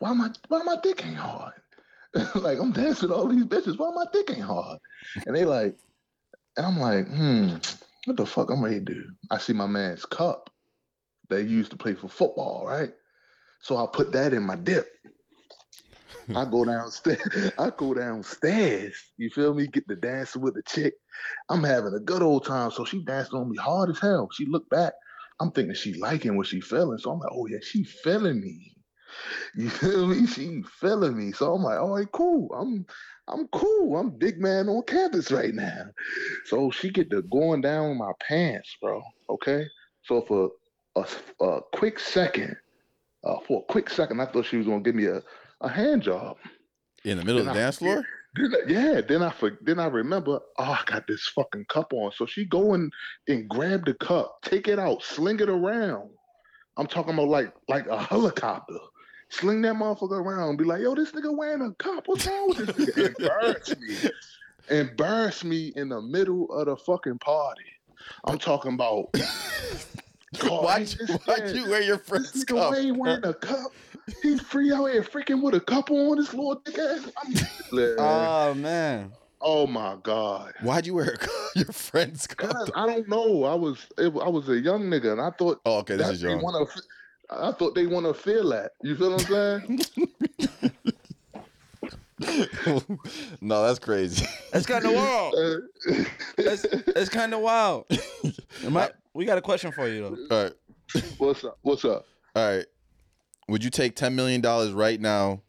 why my why my dick ain't hard? like I'm dancing with all these bitches. Why my dick ain't hard? And they like, and I'm like, hmm, what the fuck I'm ready to do? I see my man's cup they used to play for football, right? So I put that in my dip. I go downstairs. I go downstairs. You feel me? Get the dancing with the chick. I'm having a good old time. So she danced on me hard as hell. She looked back. I'm thinking she liking what she feeling. So I'm like, oh yeah, she feeling me. You feel me? She feeling me. So I'm like, all right, cool. I'm I'm cool. I'm big man on campus right now. So she get to going down my pants, bro. Okay. So for a, s- a quick second, uh, for a quick second, I thought she was gonna give me a, a hand job.
In the middle of the
And I-
dance floor?
Then I- yeah, then I for, then I remember, oh, I got this fucking cup on. So she go in and grab the cup, take it out, sling it around. I'm talking about like like a helicopter. Sling that motherfucker around. Be like, yo, this nigga wearing a cop. What's wrong with this nigga? Embarrass me. Embarrass me in the middle of the fucking party. I'm talking about. God,
Why'd
ain't
you,
this
why'd
man-
you wear your friend's
this
cup?
nigga Wayne wearing a cup. He's free out here freaking with a cup on his little dick ass. I'm Man.
Oh man.
oh my god.
Why'd you wear a cup? your friend's cup?
God, I don't know. I was it, I was a young nigga and I thought
Oh, okay, this
that
is
they
young.
want to. I thought they want to feel that. You feel what I'm saying?
no, that's crazy.
That's kind of wild.
Uh,
That's, that's kind of wild. Am I- we got a question for you though.
All right,
what's up? What's up?
all right. Would you take ten million dollars right now,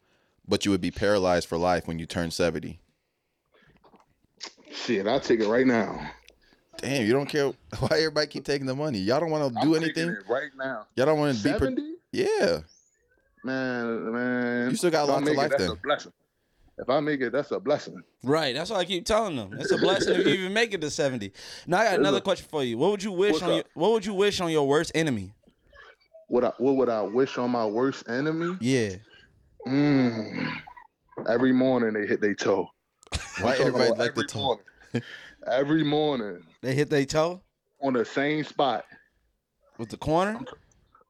but you would be paralyzed for life when you turn seventy?
Shit, I'll take it right now.
Damn, you don't care why everybody keep taking the money. Y'all don't want to do
I'm taking
anything.
it right now.
Y'all don't want to be. pro-
Seventy,
yeah,
man, man.
You still got
If I
lots of
make it,
life
That's
then.
a blessing. If I make it, that's a blessing.
Right. That's what I keep telling them. It's a blessing if you even make it to seventy. Now I got another question for you. What would you wish
What's
on
up?
your, What would you wish on your worst enemy?
What I, what would I wish on my worst enemy?
Yeah.
Mm. Every morning they hit their toe. I'm
why
talking
everybody
about
like to
every
talk?
morning. every morning
They hit their toe
on the same spot,
with the corner.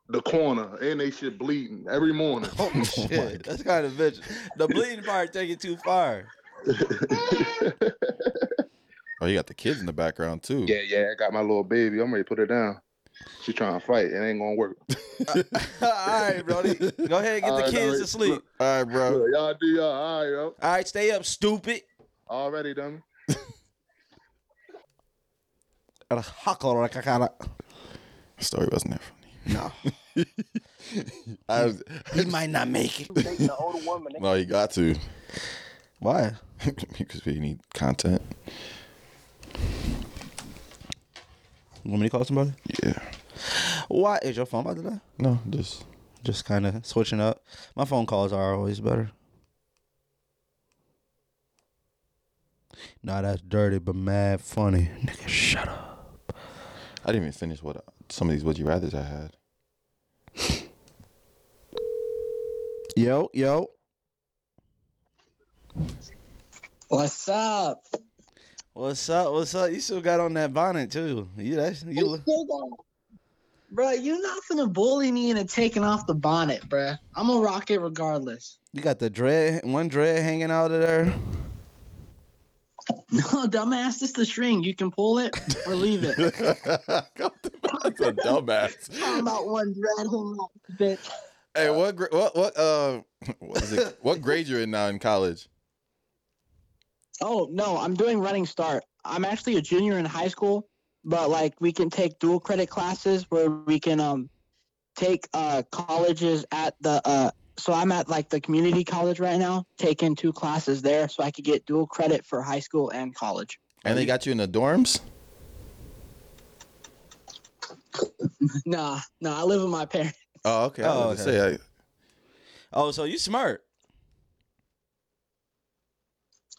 the corner, and they shit bleeding every morning.
Oh,
Holy Oh, shit. That's kind of vicious. The bleeding part take it too far.
Oh, you got the kids in the background too.
yeah, yeah, I got my little baby. I'm ready to put her down. She trying to fight. It ain't gonna work.
All right, Brody. Go ahead and get
All
the
right, all
kids
right.
to sleep.
All right, bro.
Look, y'all do y'all all right, yo.
All right, stay up, stupid.
Already done.
The story wasn't that funny. No. I was,
He might not make it.
dating an older woman.
no, you got to
Why?
because we need content.
You want me to call somebody?
Yeah.
Why is your phone about to die?
No, just
Just kind of switching up. My phone calls are always better. Nah, that's dirty, but mad funny. Nigga, shut up.
I didn't even finish what some of these would you rather's I had.
Yo, yo.
What's up?
What's up? What's up? You still got on that bonnet too. You that's you. look-
Bro, you're not gonna bully me into taking off the bonnet, bruh. I'm gonna rock it regardless.
You got the dread, one dread hanging out of there.
No, dumbass, it's the string. You can pull it or leave it.
That's a dumbass.
Talking about one dread hanging out the bitch.
Hey, what gra- what what uh what is it? What grade you're in now in college?
Oh no, I'm doing running start. I'm actually a junior in high school, but like we can take dual credit classes where we can um take uh colleges at the uh so I'm at like the community college right now, taking two classes there so I could get dual credit for high school and college.
And they got you in the dorms?
Nah, nah, I live with my parents.
Oh, okay. I
Oh,
was about
okay.
to say, I-
Oh, so you smart.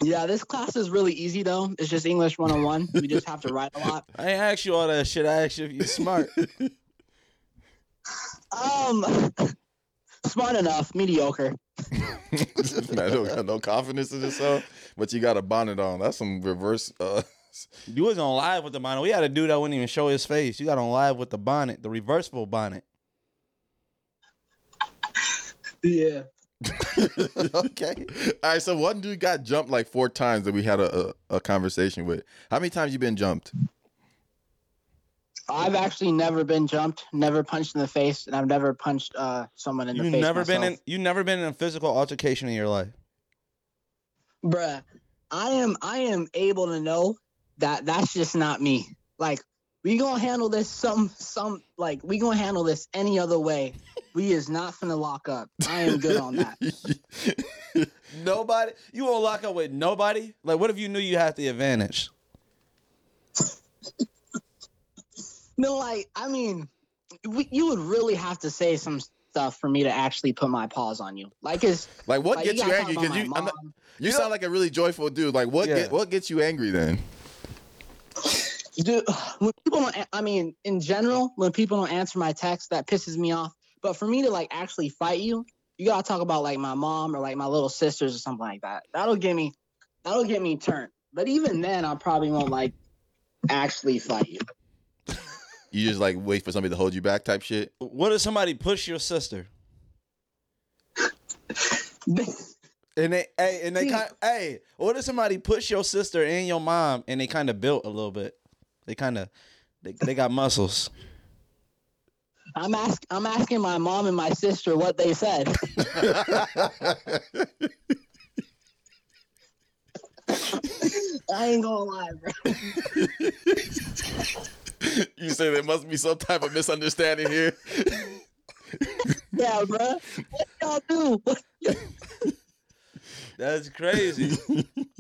Yeah, this class is really easy though. It's just English 101. we just have to write a lot.
I ain't ask you all that shit. I asked you if you smart.
Um smart enough, mediocre.
Man, I don't got no confidence in yourself, but you got a bonnet on. That's some reverse. Uh,
you was on live with the bonnet. We had a dude that wouldn't even show his face. You got on live with the bonnet, the reversible bonnet.
Yeah.
okay. All right. So one dude got jumped like four times that we had a, a, a conversation with. How many times you been jumped?
I've actually never been jumped, never punched in the face, and I've never punched uh, someone in
You
the face.
never been in.
myself.
You never been in a physical altercation in your life.
bruh. I am, I am able to know that that's just not me. Like we gonna handle this some, some like we gonna handle this any other way. We is not finna lock up. I am good on that.
Nobody. You won't lock up with nobody. Like, what if you knew you had the advantage?
No, like I mean, we, you would really have to say some stuff for me to actually put my paws on you. Like is
Like what
like,
gets you
gotta talk about
angry? Because
my
you I'm not,
mom.
you sound like a really joyful dude. Like what
Yeah.
get, what gets you angry then?
Dude, when people don't, a- I mean, in general, when people don't answer my text, that pisses me off. But for me to like actually fight you, you gotta talk about like my mom or like my little sisters or something like that. That'll get me that'll get me turned. But even then I probably won't like actually fight you.
You just like wait for somebody to hold you back type shit.
What if somebody push your sister? And they, hey, and they
See-
kind, hey, what if somebody push your sister and your mom, and they kind of built a little bit? They kind of, they, they got muscles.
I'm ask I'm asking my mom and my sister what they said. I ain't gonna lie, bro.
you say there must be some type of misunderstanding here.
Yeah, bro. What y'all do? What-
That's crazy.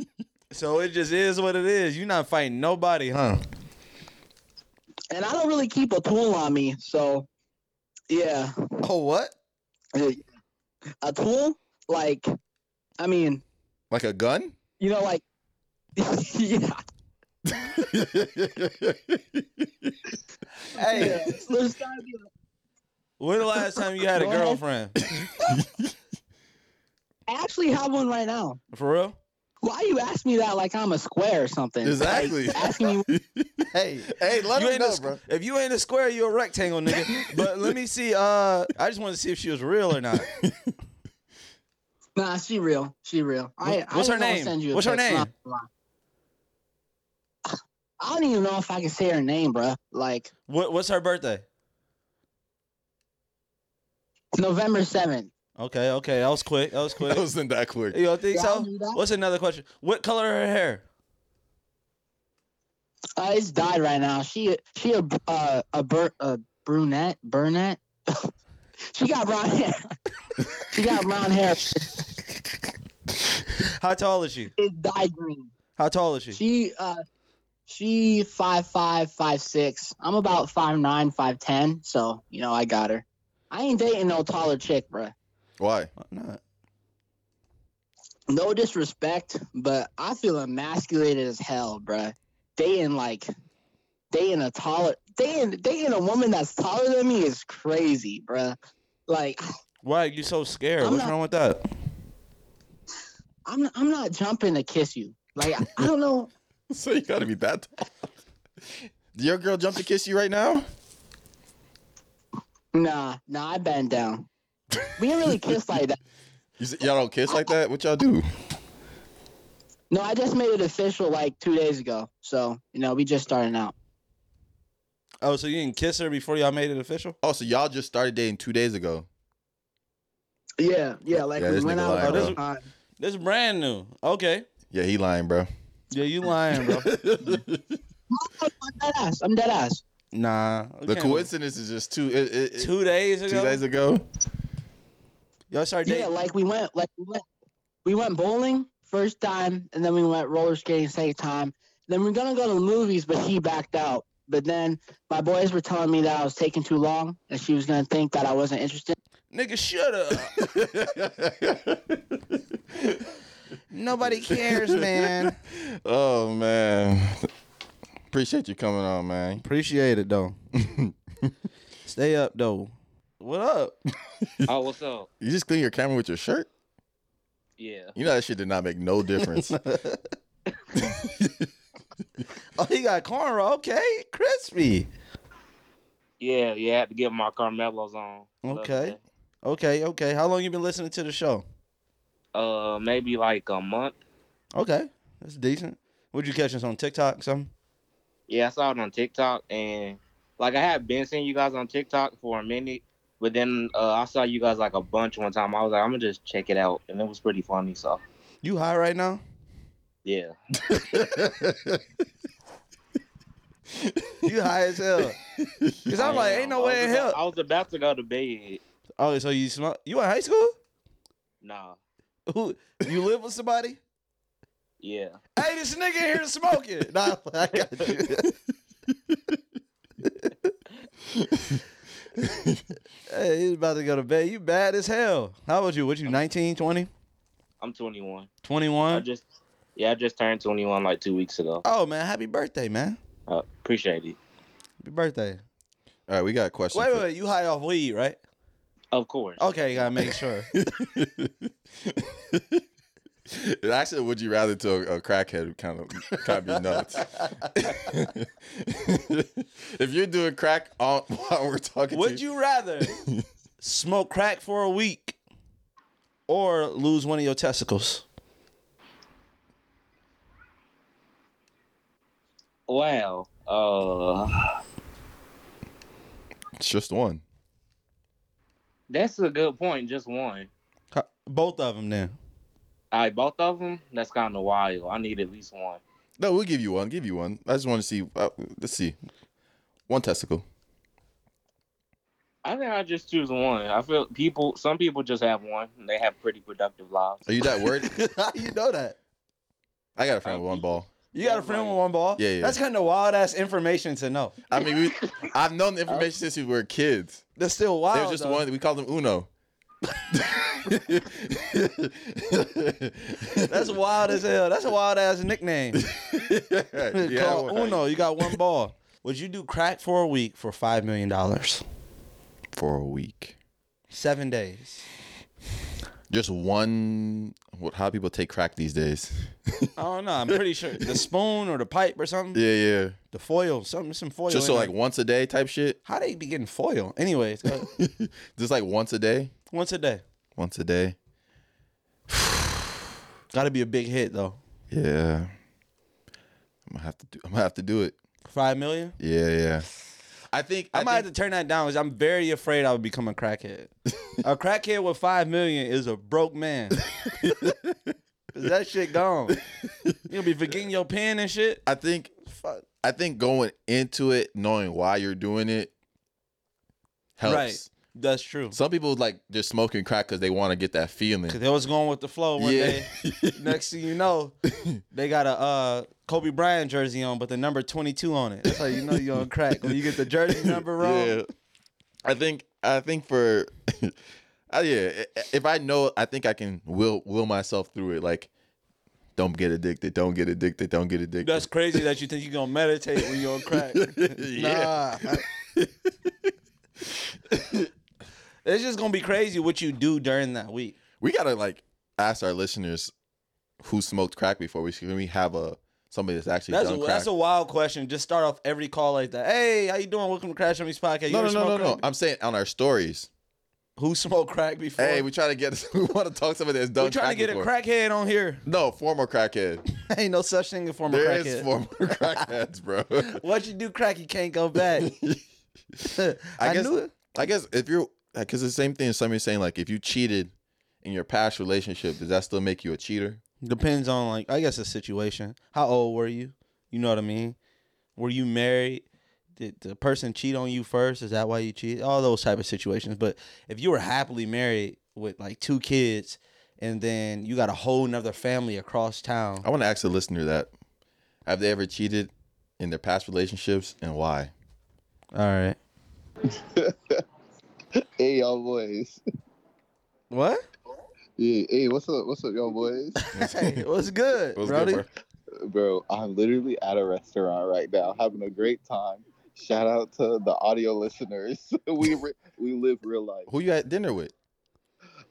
so it just is what it is. You're not fighting nobody, huh?
And I don't really keep a tool on me, so yeah.
Oh, what?
A tool? Like I mean,
Like a gun?
you know, like yeah.
Hey,
yeah. There's gotta be
when the last time you had a
Go ahead.
girlfriend?
a- I actually have one right now.
For real?
Why you ask me that like I'm a square or something?
Exactly.
Like, asking me
Hey,
hey, let
you
him
ain't
know,
a,
bro.
squ- if you ain't a square, you're a rectangle, nigga. but let me see. Uh, I just want to see if she was real or not.
Nah, she real. She real. I, I
What's her
ain't gonna
name?
Send you a
What's her
text,
name?
not gonna lie. I don't even know if I can say her name, bruh. Like
What What's her birthday?
November seventh.
Okay, okay, that was quick. That was quick.
That wasn't that quick.
You don't think
Y'all
so?
knew that?
What's another question? What color her hair?
Uh, it's dyed right now. She she a uh, a, bur- a brunette brunette. she got brown hair. she got brown hair.
How tall is she?
It's dyed green.
How tall is she?
She uh she five five five six. I'm about five nine five ten. So you know I got her. I ain't dating no taller chick, bruh.
Why?
Why not?
no disrespect, but I feel emasculated as hell, bruh. Dating like dating a taller dating dating a woman that's taller than me is crazy, bruh. Like
Why are you so scared?
I'm
What's
not-
wrong with that?
I'm I'm not jumping to kiss you. Like I, I don't know.
So you gotta be that tall. Did your girl jump to kiss you right now?
Nah, nah, I bend down. We didn't really kiss like that.
You, s- y'all don't kiss like that? What y'all do?
No, I just made it official like two days ago. So, you know, we just starting out.
Oh, so you didn't kiss her before y'all made it official?
Oh, so y'all just started dating two days ago.
Yeah, yeah, like
Yeah,
we
this
went
nigga
out
lying,
all
bro.
the time.
This is brand new. Okay.
Yeah, he lying, bro.
Yeah, you lying, bro.
I'm dead ass. I'm dead ass.
nah.
The coincidence is just two. It, it, it- two,
Two days ago.
days ago.
Y'all started
Yeah,
dating.
like we went, like we went, we went bowling first time, and then we went roller skating second time. Then we are gonna go to the movies, but he backed out. But then my boys were telling me that I was taking too long, and she was gonna think that I wasn't interested.
Nigga, shut up. Nobody cares, man.
oh man, appreciate you coming on, man.
Appreciate it though. Stay up though. What up?
Oh, what's up?
You just clean your camera with your shirt.
Yeah.
You know that shit did not make no difference.
Oh, he got cornrow. Okay, crispy.
Yeah, yeah. I had to get my Carmelos on. Love
Okay. Okay, okay. How long you been listening to the show?
that. Uh, maybe like a month.
Okay, that's decent. Would you catch us on TikTok? Something?
Yeah, I saw it on TikTok, and like I had been seeing you guys on TikTok for a minute, but then uh, I saw you guys like a bunch one time. I was like, I'm gonna just check it out, and it was pretty funny. So
You high right now?
yeah,
You high as hell. Cause I'm like, ain't no
I
way
was about-
in hell.
I was about to go to bed.
Oh, so you smoke? You in high school?
Nah.
Who? You live with somebody?
Yeah.
hey, this nigga here smoking. Nah, I got you. hey, he's about to go to bed. You bad as hell. How old you? What you, 19, 20,
I'm 21. I
21?
just yeah, I just turned 21 like two weeks ago.
Oh, man, happy birthday, man.
Uh, appreciate it.
Happy birthday.
All right, we got a question.
Wait,
for-
wait, wait, you high off weed, right?
Of course.
Okay, you gotta make sure.
It Actually, would you rather to a, a crackhead kind of kind of be nuts? if you're doing crack on while we're talking,
Would
to
you rather smoke crack for a week or lose one of your testicles?
Wow. Uh,
It's just one.
that's a good point. Just one.
Huh, Both of them then.
I both of them. That's kind of wild. I need at least one.
No, we'll give you one. Give you one. I just want to see. Uh, let's see. One testicle.
I think I just choose one. I feel people. Some people just have one. And they have pretty productive lives.
Are you that worried?
How you know that?
I got a friend with one ball.
Uh, You got a friend with one ball?
Yeah, yeah.
That's kind of wild ass information to know.
I mean, we, I've known the information since we were kids.
That's still wild.
There was just
though.
one. We called him Uno.
That's wild as hell. That's a wild ass nickname.
yeah,
Call Uno, you got one ball. Would you do crack for a week for five million dollars?
for a week.
Seven days.
Just one. What? How people take crack these days?
I don't know. I'm pretty sure the spoon or the pipe or something.
Yeah, yeah.
The foil, something, some foil.
Just
in
so
there.
like once a day type shit.
how they be getting foil? Anyways, go ahead.
Just like once a day.
once a day.
Once a day.
Got to be a big hit though.
Yeah. I'm gonna have to do. I'm gonna have to do it.
Five million.
Yeah, yeah. I think
I,
I,
might
think-
have to turn that down because I'm very afraid I would become a crackhead. a crackhead with five million is a broke man. 'Cause that shit gone. You'll be forgetting your pen and shit.
I think
Fuck.
I think going into it knowing why you're doing it helps.
Right. That's true.
Some people like just smoking crack because they want to get that feeling.
Cause they was going with the flow one
Yeah.
day. Next thing you know, they got a uh, Kobe Bryant jersey on, but the number twenty two on it. That's how you know you're on crack when you get the jersey number wrong.
Yeah. I think I think for uh, yeah, i- if I know, I think I can will will myself through it. Like, don't get addicted. Don't get addicted. Don't get addicted.
That's crazy that you think you're gonna meditate when you're on crack.
Yeah.
Nah. it's just gonna be crazy what you do during that week.
we gotta like ask our listeners who smoked crack before. We can we have a somebody that's actually
That's a,
done crack.
that's a wild question. Just start off every call like that. Hey, how you doing? Welcome to Crash Dummies Podcast. You
no,
ever
no, no, no,
smoke
no.
crack?
I'm saying on our stories.
Who smoked crack before?
Hey, we try to get we want to talk to somebody that's done.
are trying to get
before.
a crackhead on here.
No, former crackhead.
Ain't no such thing as former
There
crackhead.
is former crackheads, bro.
Once you do crack, you can't go back. I,
guess-
knew it.
I guess if you're because the same thing as somebody saying like if you cheated in your past relationship, does that still make you a cheater?
Depends on like I guess the situation. How old were you? You know what I mean? Were you married? Did the person cheat on you first? Is that why you cheat? All those type of situations. But if you were happily married with like two kids and then you got a whole nother family across town.
I want to ask the listener that: Have they ever cheated in their past relationships and why?
All right.
Hey, y'all boys.
What?
Yeah. Hey, what's up? What's up, y'all boys?
hey, what's good,
What's
Brody?
good,
Bro, I'm literally at a restaurant right now, having a great time. Shout out to the audio listeners. we re- we live real life.
Who you at dinner with?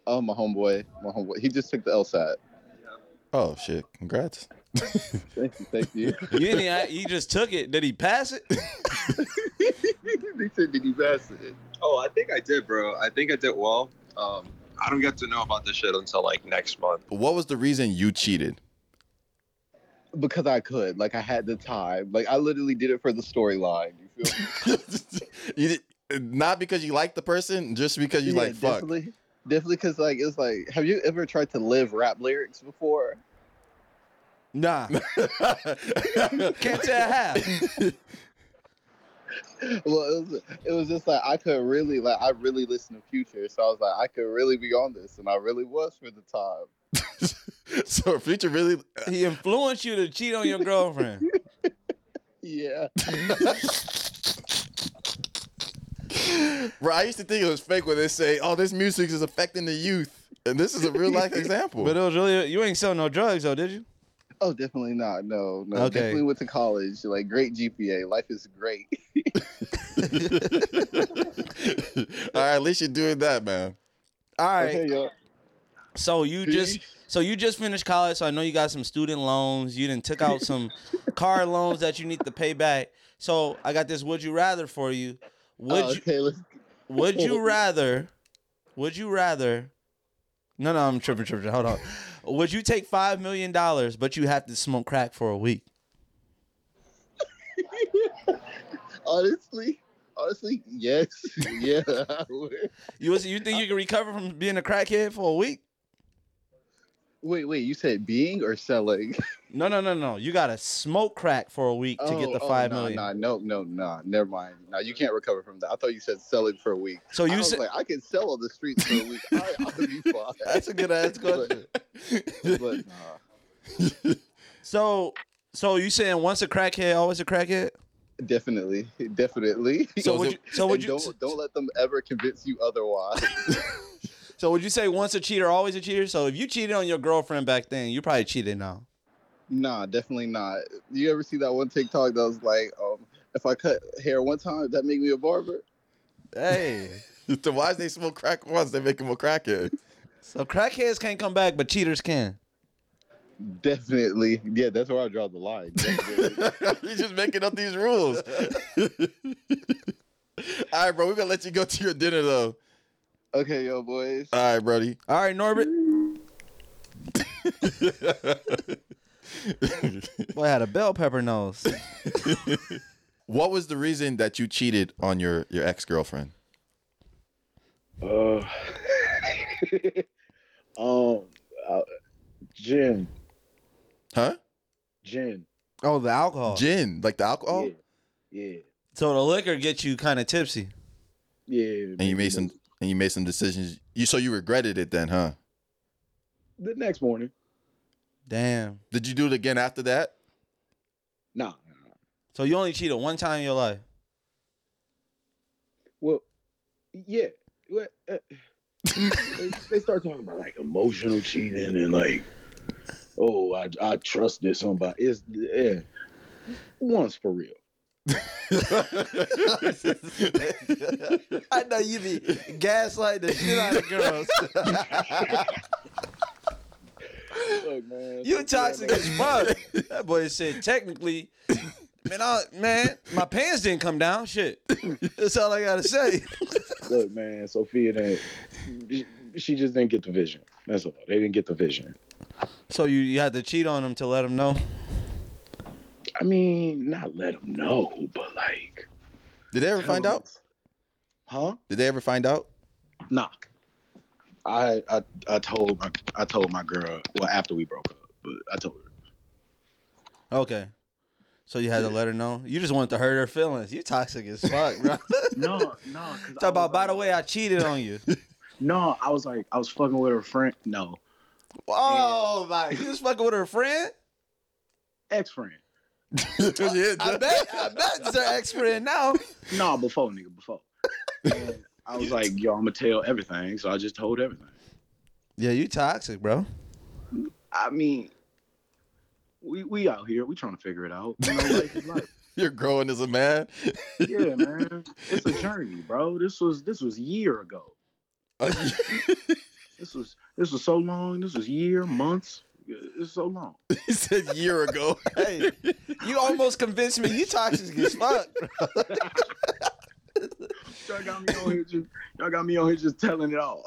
Oh, my homeboy, my homeboy. He just took the LSAT.
Oh shit! Congrats.
Thank you, thank you.
You didn't, he just took it. Did he pass it?
they said, did you pass it?
Oh, I think I did, bro. I think I did well. Um, I don't get to know about this shit until like next month.
What was the reason you cheated?
Because I could. Like I had the time. Like I literally did it for the storyline. You feel me?
you did, not because you like the person, just because you
Yeah,
like fuck.
Definitely, definitely. Because like it's like, have you ever tried to live rap lyrics before?
Nah. Can't tell how.
well, it was, it was just like I could really like I really listen to Future, so I was like I could really be on this, and I really was for the time.
so future really uh,
He influenced you to cheat on your girlfriend.
Yeah,
Bro, I used to think it was fake when they say, "Oh, this music is affecting the youth," and this is a real life example.
But it was really you ain't selling no drugs though, did you?
Oh, definitely not. No, no.
Okay.
Definitely went to college. Like great GPA. Life is great.
All right, at least you're doing that, man.
All right.
Okay, y'all.
So you just so you just finished college. So I know you got some student loans. You didn't took out some car loans that you need to pay back. So I got this. Would you rather for you? Would
Oh,
you,
okay, let's,
Would you rather? Would you rather? No, no, I'm tripping, tripping. Hold on. Would you take five million dollars, but you have to smoke crack for a week?
honestly, honestly, yes, yeah. I would.
You was- you think you can recover from being a crackhead for a week?
wait, wait. You said being or selling?
No, no, no, no. You gotta smoke crack for a week to get the five
no,
million.
Oh, Nah, no, no, no. Never mind. No, you can't recover from that. I thought you said selling for a week.
So
I
you
was
said
like, I can sell on the streets for a week. I, I'll be fine.
that's a good ass question.
But, but nah.
So, so you saying once a crackhead, always a crackhead?
Definitely, definitely.
So would
is
you? So
And
would you?
don't don't let them ever convince you otherwise.
So would you say once a cheater, always a cheater? So if you cheated on your girlfriend back then, you probably cheated now.
nah, definitely not. You ever see that one TikTok that was like, um, if I cut hair one time, that make me a barber?
Hey,
So why is they smoke crack once? They make him a crackhead.
so crackheads can't come back, but cheaters can.
Definitely. Yeah, that's where I draw the line. Definitely.
You're just making up these rules. All right, bro. We're gonna let you go to your dinner though.
okay, yo, boys.
All right, buddy.
All right, Norbert. Boy had a bell pepper nose.
What was the reason that you cheated on your your ex girlfriend?
Uh, um, uh, gin,
Huh?
gin,
Oh, the alcohol.
Gin, like the alcohol,
yeah, yeah,
So the liquor gets you kind of tipsy.
yeah.
and you made some and you made some decisions. You so you regretted it then, huh?
the next morning.
Damn.
Did you do it again after that?
Nah,
So you only cheated one time in your life.
Well, yeah. Well, uh, they, they start talking about like emotional cheating and like, oh, I I trusted somebody. It's yeah. Once for real.
I know you be gaslighting the shit out of girls.
Look, man.
You toxic as fuck. That boy said technically. Man, I, man, my pants didn't come down. Shit, that's all I gotta say.
Look, man, Sophia didn't. She, she just didn't get the vision. That's all. They didn't get the vision.
So you, you had to cheat on him to let him know.
I mean, not let them know, but like,
Did they ever find out?
huh?
Did they ever find out?
Nah. I I I told my I told my girl. Well, after we broke up, but I told her.
Okay, so you had to let her know. You just wanted to hurt her feelings. You toxic as fuck, bro.
No, no. 'cause I
Talk about.
was
By the
like-
way, I cheated on you.
No, I was like, I was fucking with her friend. No,
Oh my! You was fucking with her friend.
ex friend.
Yeah,
I bet. I bet it's her ex friend now.
No, before nigga, before. And I was like, yo, I'm gonna tell everything. So I just told everything.
Yeah, you toxic, bro.
I mean, we we out here. We trying to figure it out. You know, life is life.
You're growing as a man.
Yeah, man. It's a journey, bro. This was this was year ago. This was this was so long. This was year, months. It's so long.
he said year ago.
Hey, you almost convinced me. You toxic as fuck.
Y'all got me on here. Just, y'all got me on here just telling it all.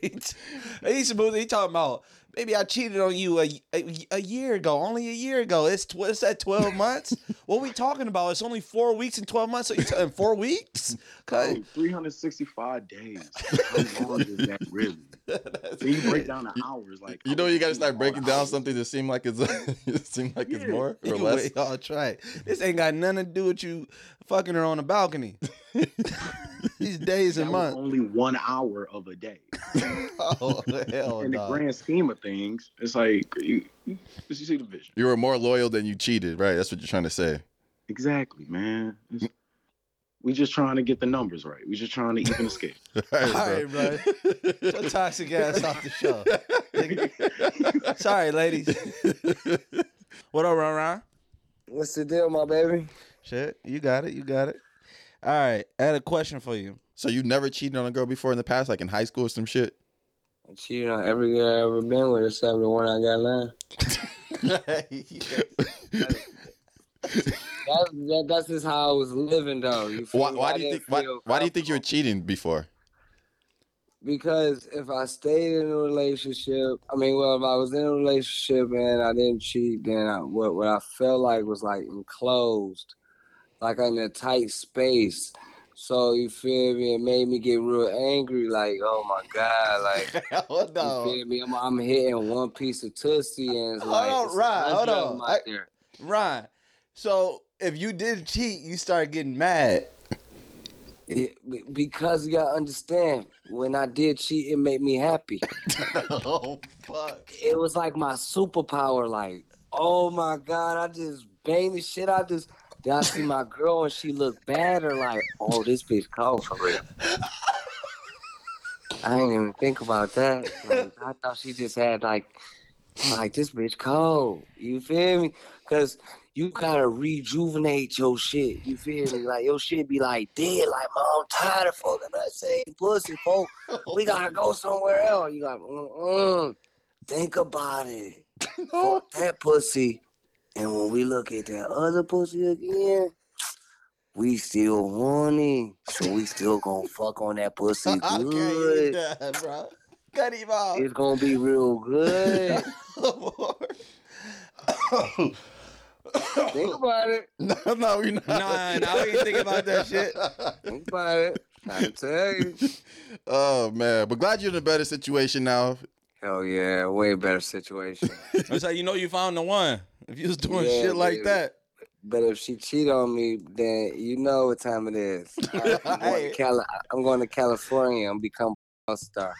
he's, he's supposed he talking about maybe I cheated on you a, a, a year ago, only a year ago. It's tw- it's at twelve months. what we talking about? It's only four weeks and twelve months. So you telling four weeks?
Oh,
Okay.
365 days. How long is that really? Then you break down the hours. Like
You know you gotta start breaking down something to seem like it's it seem like it's
Yeah.
more or
Anyway,
less.
y'all try. it. This ain't got nothing to do with you fucking her on the balcony. These days
That
and
was
months.
only one hour of a day.
Oh hell
In the
nah.
grand scheme of things, it's like you, you see the vision.
You were more loyal than you cheated, right? That's what you're trying to say.
Exactly, man. It's- We just trying to get the numbers right. We just trying to even escape.
All
All right, bro. Your toxic ass off the show. Nigga. Sorry, ladies. What up, Ron Ron?
What's the deal, my baby?
Shit, you got it. You got it. All right, I had a question for you.
So you never cheated on a girl before in the past, like in high school or some shit?
I cheated on every girl I ever been with except the one I got now. That's that, that's just how I was living though. You feel
Why,
me?
why
I
do you
didn't
think? Why,
feel
why do you think you were cheating before?
Because if I stayed in a relationship, I mean, well, if I was in a relationship and I didn't cheat, then I, what what I felt like was like enclosed, like in a tight space. So you feel me? It made me get real angry, like, oh my god, like
Hell
you feel me? I'm, I'm hitting one piece of tussie and it's
Hold
like,
on,
it's a
Rod,
bunch
hold
of 'em
on.
out
I-
there.
Ron, so if you did cheat, you started getting mad.
It- be- because you gotta understand, when I did cheat, it made me happy.
oh fuck!
it was like my superpower. Like, oh my god, I just banged the shit. I just then I see my girl and she look bad, or like, oh, this bitch cold for real. I didn't even think about that. Like, I thought she just had like, like this bitch cold. You feel me? Cause you gotta rejuvenate your shit. You feel me? Like your shit be like dead. Like, man, I'm tired of fucking that same pussy, folk. We gotta go somewhere else. You got, mm think about it. Fuck that pussy. And when we look at that other pussy again, we still want it. So we still gonna fuck on that pussy good.
bro. Cut him off.
It's gonna be real good. think about it.
No, no, we're not.
Nah, nah, we ain't think about that shit.
Think about it. I tell you.
oh man, but glad you're in a better situation now.
Hell yeah, way better situation.
That's how you know you found the one. If you was doing
Yeah,
shit like
dude.
that.
But if she cheat on me, then you know what time it is. I'm going to, Cali- I'm going to California and become a star.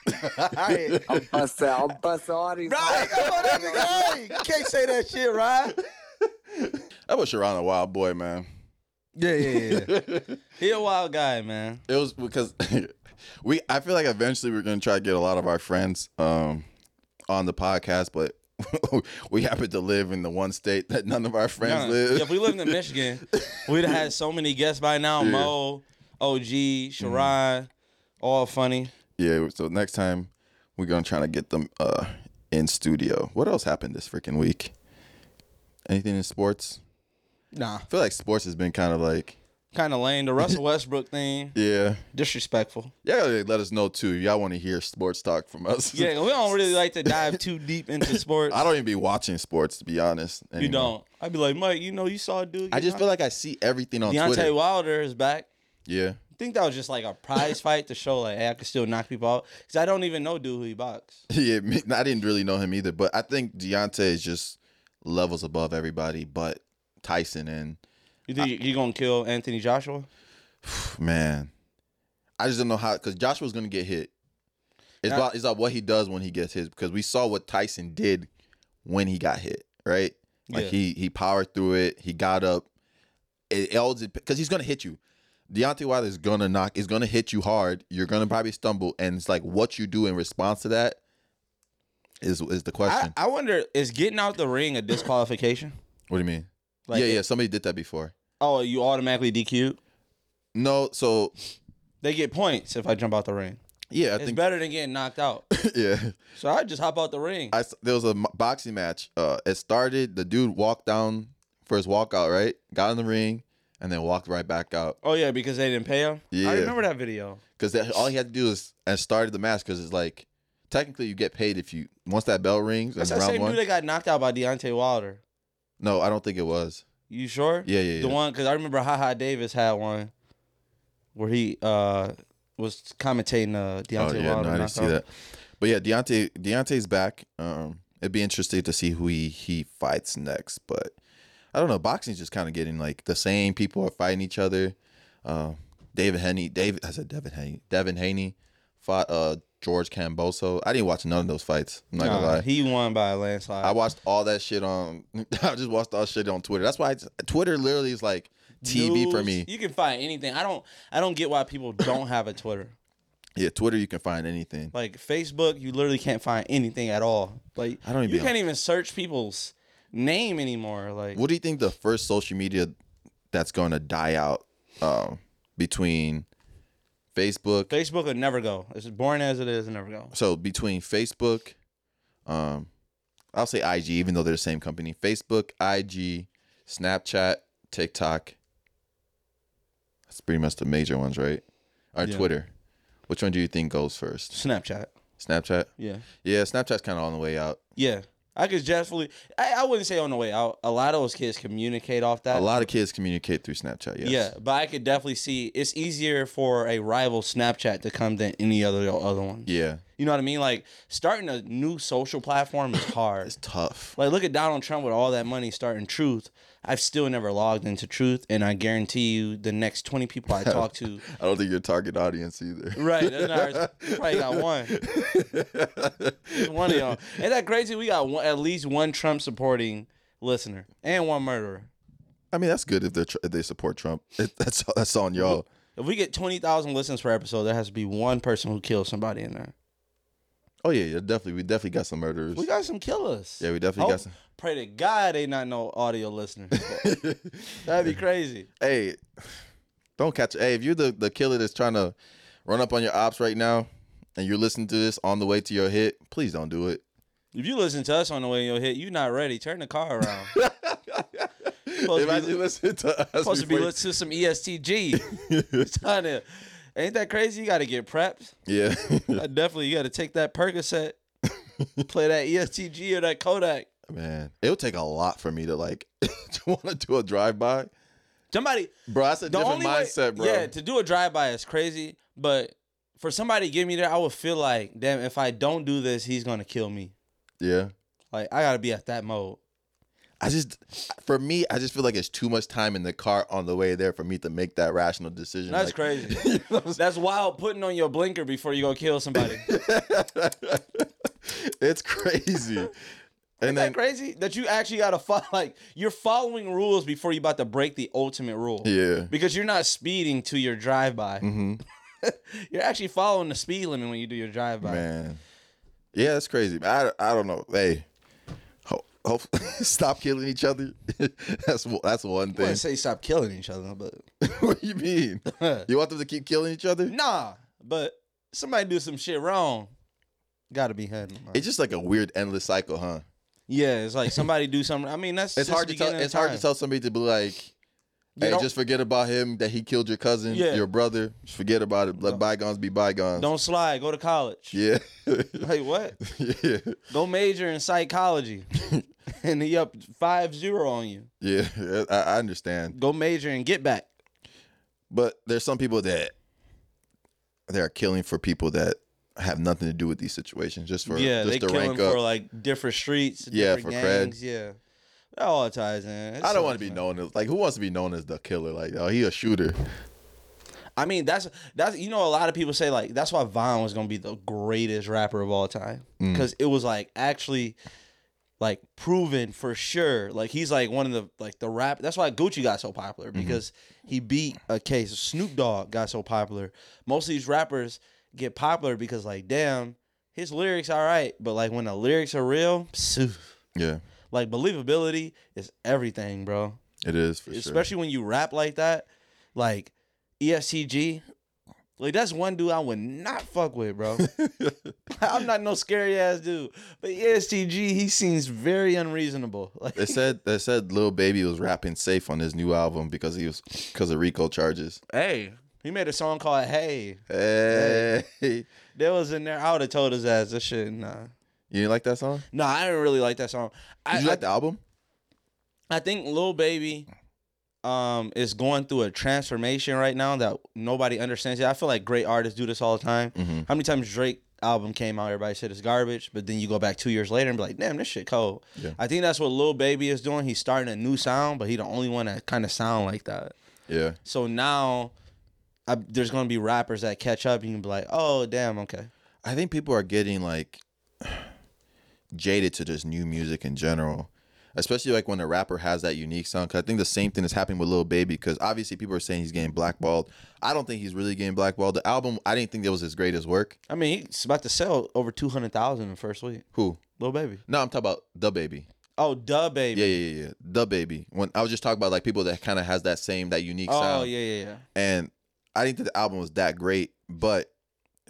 Right.
I'm busting. I'm busting all these.
Right, come on, that nigga. Hey, you can't say that shit, right?
That was Sharon a wild boy, man.
Yeah, yeah, yeah.
it
He a wild guy, man.
was because we. I feel like eventually we're gonna try to get a lot of our friends um on the podcast, but we happen to live in the one state that none of our friends
Nah,
live.
If we lived in Michigan, we'd have had so many guests by now.
Yeah. Mm-hmm.
Mo, OG, Sharon, all funny.
Yeah, so next time we're gonna try to get them uh in studio. What else happened this freaking week? Anything in sports?
Nah.
I feel like sports has been kind of like
Kind of lame. The Russell Westbrook thing,
yeah,
disrespectful.
yeah. Let us know too. Y'all want to hear sports talk from us?
Yeah, we don't really like to dive too deep into sports.
I don't even be watching sports to be honest.
You
anymore.
don't. I'd be like, Mike, you know, you saw a dude.
I
get
just feel like I see everything on
knocked- Deontay
Twitter.
Wilder is back.
Yeah,
I think that was just like a prize fight to show like, hey, I could still knock people out. Cause I don't even know dude who he boxed.
yeah. me- I didn't really know him either, but I think Deontay is just levels above everybody, but Tyson and
You think you, you gonna kill Anthony Joshua?
Man, I just don't know how because Joshua's gonna get hit. It's
Yeah.
about it's about what he does when he gets hit because we saw what Tyson did when he got hit, right? Like
Yeah.
he he powered through it. He got up. It all because he's gonna hit you. Deontay Wilder is gonna knock. Is gonna hit you hard. You're gonna probably stumble, and it's like what you do in response to that is is the
I,
question.
I wonder is getting out the ring a disqualification?
what do you mean?
Like,
yeah, yeah. Somebody did that before.
Oh, you automatically DQ.
No, so
They get points if I jump out the ring.
yeah, I
it's
think
better than getting knocked out.
yeah.
So I just hop out the ring.
I s- there was a m- boxing match. Uh, it started. The dude walked down for his walkout, right? Got in the ring and then walked right back out
oh yeah, because they didn't pay him.
Yeah.
I remember that video.
because all he had to do is and started the match because it's like technically you get paid if you once that bell rings and
That's that
round
same
one.
dude that got knocked out by Deontay Wilder.
no, I don't think it was.
You sure?
Yeah, yeah,
The
yeah.
one because I remember Ha Ha Davis had one where he uh was commentating uh
Oh
Deontay
yeah,
Wilder.
no, I didn't see
knockout.
that. But yeah, Deontay Deontay's back. Um, it'd be interesting to see who he he fights next. But I don't know. Boxing's just kind of getting like the same people are fighting each other. Uh, David Haney, David I said Devin Haney, Devin Haney fought uh George Camboso. I didn't watch none of those fights. I'm not gonna
Nah,
lie.
He won by a landslide.
I watched all that shit on. I just watched all shit on Twitter. That's why I, Twitter literally is like TV for
news.
me.
You can find anything. I don't. I don't get why people don't have a Twitter.
Yeah, Twitter you can find anything.
Like Facebook, you literally can't find anything at all. Like
I don't even
You
be
can't even search people's name anymore. Like
What do you think the first social media that's going to die out um, between Facebook?
Facebook would never go. As boring as it is, it'll never go.
So between Facebook, um, I'll say IG, even though they're the same company. Facebook, IG, Snapchat, TikTok. That's pretty much the major ones, right? Or
Yeah.
Twitter. Which one do you think goes first?
Snapchat.
Snapchat.
Yeah.
Yeah, Snapchat's kind of on the way out.
Yeah. I could definitely. I, I wouldn't say on the way out. A lot of those kids communicate off that.
A lot of kids communicate through Snapchat. Yes.
Yeah, but I could definitely see it's easier for a rival Snapchat to come than any other other one.
Yeah.
You know what I mean? Like starting a new social platform is hard. it's
tough.
Like look at Donald Trump with all that money starting Truth. I've still never logged into Truth, and I guarantee you, the next twenty people I talk to,
I don't think your target audience either.
right? That's not, probably got one. Just one of y'all. Ain't that crazy? We got one, at least one Trump supporting listener and one murderer.
I mean, that's good if they if they support Trump. It, that's that's on y'all.
If we get twenty thousand listens per episode, there has to be one person who kills somebody in there.
Oh yeah, yeah, definitely. We definitely got Oh. some murderers.
We got some killers.
yeah, we definitely
Hope-
got some.
Pray to God they not no audio listeners. That'd be crazy.
Hey, don't catch. Hey, if you're the the killer that's trying to run up on your ops right now, and you're listening to this on the way to your hit, please don't do it.
If you listen to us on the way you'll hit, you not ready. Turn the car around. supposed to
Imagine
be,
listening to us.
supposed to be
before you-
listening to some E ESTG. It's kinda- ain't that crazy? You got to get prepped.
Yeah.
I definitely, you got to take that Percocet, play that E ESTG or that Kodak.
Man, it would take a lot for me to like to want to do a drive by.
Somebody,
bro, that's a
the
different
only way-
mindset, bro.
Yeah, to do a drive by is crazy, but for somebody to get me there, I would feel like, damn, if I don't do this, he's gonna kill me.
yeah.
Like I gotta be at that mode.
I just, for me, I just feel like it's too much time in the car on the way there for me to make that rational decision.
That's
like,
crazy. That's wild. Putting on your blinker before you go kill somebody.
It's crazy.
Isn't
and
that
then,
crazy? That you actually gotta follow. Like you're following rules before you about to break the ultimate rule.
yeah.
Because you're not speeding to your drive by.
hmm
You're actually following the speed limit when you do your drive by.
Man. Yeah, that's crazy. I, I don't know. Hey, ho- hope, stop killing each other. that's one- that's one
I
thing.
wouldn't say stop killing each other, but
what do you mean? you want them to keep killing each other?
nah. But somebody do some shit wrong, gotta be handled. man.
It's just like a weird endless cycle, huh?
Yeah, it's like somebody do something. I mean, that's
It's hard to tell. It's hard to tell somebody to be like,
Yeah,
"Hey,
don't-
just forget about him. That he killed your cousin,
Yeah.
your brother. Just forget about it. Let bygones be bygones."
Don't slide. Go to college.
Yeah,
Like what?
yeah,
Go major in psychology, and he up five zero on you.
yeah. I, I understand,
Go major and get back.
but there's some people that they are killing for people that have nothing to do with these situations. Just for
yeah,
just
they
to
kill him
rank up.
for like different streets.
Yeah,
different
for cred.
gangs. Yeah, that all ties in. It
I don't
sucks,
want to be
man.
known as like who wants to be known as the killer? Like, oh, he a shooter.
I mean, that's that's you know a lot of people say like that's why Vine was gonna be the greatest rapper of all time
Mm.
because it was like actually like proven for sure. Like he's like one of the like the rap. That's why Gucci got so popular because he beat a case. Snoop Dogg got so popular. Most of these rappers get popular because like damn, his lyrics all right, but like when the lyrics are real, phew,
Yeah,
like believability is everything, bro
it is for sure.
especially when you rap like that, like E ESTG. Like that's one dude I would not fuck with, bro. I'm not no scary ass dude, but E ESTG he seems very unreasonable. Like
They said they said Lil Baby was rapping safe on his new album because he was because of Rico charges.
hey, he made a song called "Hey."
Hey,
That was in there. I would have told his ass this shit. Nah,
you didn't like that song?
nah, I didn't really like that song.
Did
I
you
I,
like the album?
I think Lil Baby, um, is going through a transformation right now that nobody understands. I feel like great artists do this all the time.
Mhm.
How many times Drake album came out, everybody said it's garbage, but then you go back two years later and be like, damn, this shit cold.
Yeah.
I think that's what Lil Baby is doing. He's starting a new sound, but he the only one that kind of sound like that.
Yeah,
So now, I, there's gonna be rappers that catch up. and You can be like, oh damn, okay.
I think people are getting like jaded to just new music in general. especially like when a rapper has that unique sound. Because I think the same thing is happening with Lil Baby. Because obviously people are saying he's getting blackballed. I don't think he's really getting blackballed. The album, I didn't think that was his greatest work.
I mean, he's about to sell over two hundred thousand in the first week.
Who?
Lil Baby.
No, I'm talking about the baby.
Oh, the baby.
Yeah, yeah, yeah. The baby. When I was just talking about like people that kind of has that same that unique sound.
Oh yeah, yeah, yeah.
And I didn't think the album was that great, but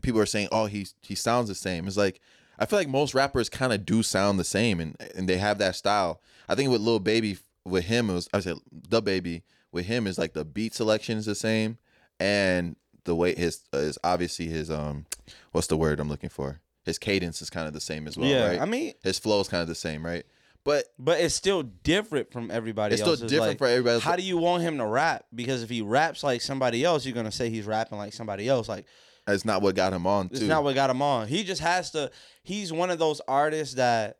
people are saying, "Oh, he he sounds the same." It's like I feel like most rappers kind of do sound the same, and and they have that style. I think with Lil Baby, with him, it was I said the baby with him is like the beat selection is the same, and the way his is obviously his um, what's the word I'm looking for? His cadence is kind of the same as well,
Yeah,
right?
I mean-
his flow is kind of the same, right? But
But it's still different from everybody
It's still
else.
different
like,
for everybody else.
How do you want him to rap? Because if he raps like somebody else, you're gonna say he's rapping like somebody else. Like
it's not what got him on. Too.
It's not what got him on. He just has to. He's one of those artists that,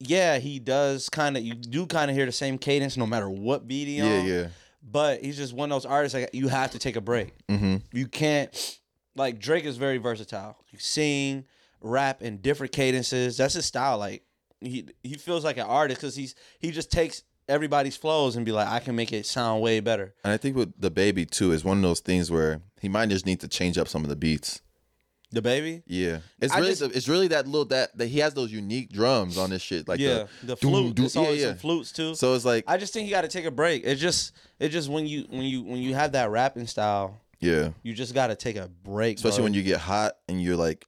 yeah, he does kind of. You do kind of hear the same cadence no matter what beat he
Yeah,
on.
yeah.
But he's just one of those artists like you have to take a break.
Mm-hmm.
You can't. Like Drake is very versatile. You sing, rap in different cadences. That's his style. Like he he feels like an artist because he's he just takes everybody's flows and be like, I can make it sound way better.
And I think with the baby too is one of those things where he might just need to change up some of the beats.
The baby.
Yeah, it's
I
really
just-
the- it's really that little that that he has those unique drums on this shit. Like
yeah,
the,
the,
doom,
flute.
doom-
It's always some flutes too.
So it's like
I just think you got to take a break. It's just it's just when you when you when you have that rapping style,
yeah,
you just got to take a break.
especially when you get hot and you're like,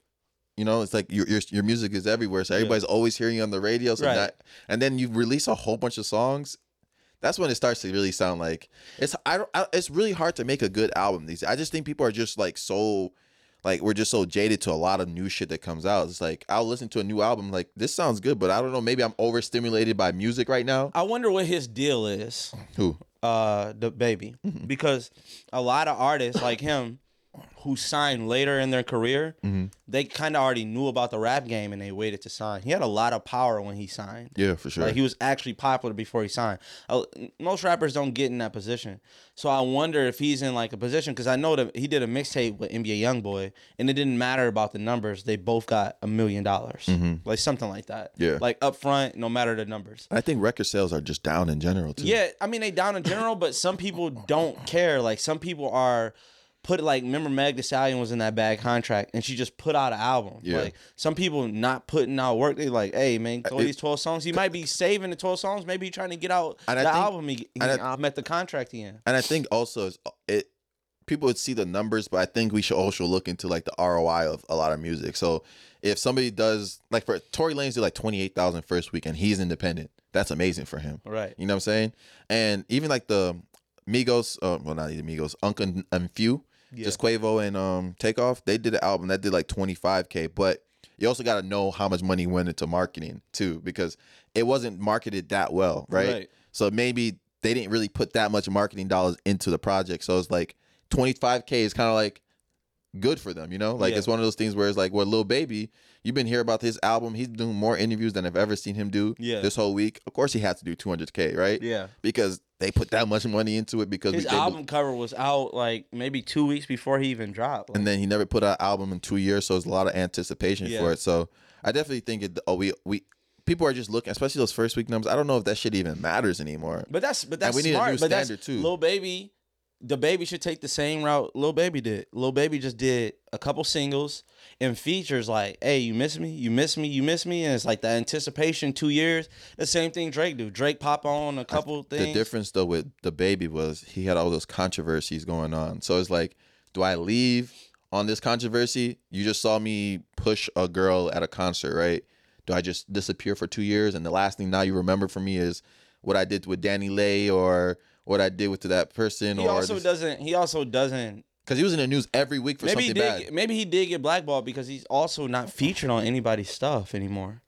you know, it's like your your, your music is everywhere, so everybody's always hearing you on the radio. So
Right.
that, and then you release a whole bunch of songs. That's when it starts to really sound like it's. I don't. I, it's really hard to make a good album these. I just think people are just like so, like we're just so jaded to a lot of new shit that comes out. It's like I'll listen to a new album, like this sounds good, but I don't know. Maybe I'm overstimulated by music right now.
I wonder what his deal is.
Who?
Uh, the baby,
Mm-hmm.
because a lot of artists like him who signed later in their career,
Mhm.
they kind of already knew about the rap game and they waited to sign. He had a lot of power when he signed.
Yeah, for sure.
Like he was actually popular before he signed. Uh, most rappers don't get in that position. So I wonder if he's in like a position because I know that he did a mixtape with NBA YoungBoy, and it didn't matter about the numbers. They both got a million dollars,
Mhm.
like something like that.
Yeah.
like up front, no matter the numbers.
I think record sales are just down in general too.
Yeah, I mean they down in general, but some people don't care. Like some people are put like remember Meg Thee Stallion was in that bad contract and she just put out an album.
Yeah.
Like some people not putting out work, they like, hey man, throw
It-
these twelve songs. He might be saving the twelve songs, maybe he trying to get out
And I
the
think-
album he, he,
and I-
I'm at the contract he in.
And I think also it's, uh, it people would see the numbers, but I think we should also look into like the ROI of a lot of music. So if somebody does like for Tory Lanez did like 28,000 first week and he's independent. That's amazing for him.
Right.
You know what I'm saying? And even like the Migos, uh, well not even Migos, Uncle and Few, just Quavo and um Takeoff, they did an album that did like 25k, but you also got to know how much money went into marketing too because it wasn't marketed that well, right?
Right.
So maybe they didn't really put that much marketing dollars into the project. So it's like 25k is kind of like good for them, you know? Like
Yeah.
it's one of those things where it's like, well, Lil Baby, you've been hearing about his album. He's doing more interviews than I've ever seen him do
Yeah.
this whole week. Of course he has to do 200k, right?
Yeah.
Because they put that much money into it because
His
we, they be-
album cover was out like maybe two weeks before he even dropped. Like,
and then he never put out an album in two years, so it's a lot of anticipation
Yeah.
for it. So I definitely think it. Oh, we we people are just looking, especially those first week numbers. I don't know if that shit even matters anymore.
But that's but
And
that's
we need a
smart.
new
but that's
standard, too.
Lil Baby, the baby should take the same route Lil Baby did. Lil Baby just did a couple singles and features like, "Hey, you miss me, you miss me, you miss me," and it's like the anticipation. Two years, the same thing Drake do. Drake pop on a couple
The
things.
difference though with the baby was he had all those controversies going on. So it's like, do I leave on this controversy? You just saw me push a girl at a concert, right? Do I just disappear for two years and the last thing now you remember from me is what I did with Danny Lay or what I did with that person
he
or
also doesn't. He also doesn't.
because he was in the news every week for
Maybe he
something
did.
bad.
get- Maybe he did get blackballed because he's also not featured on anybody's stuff anymore.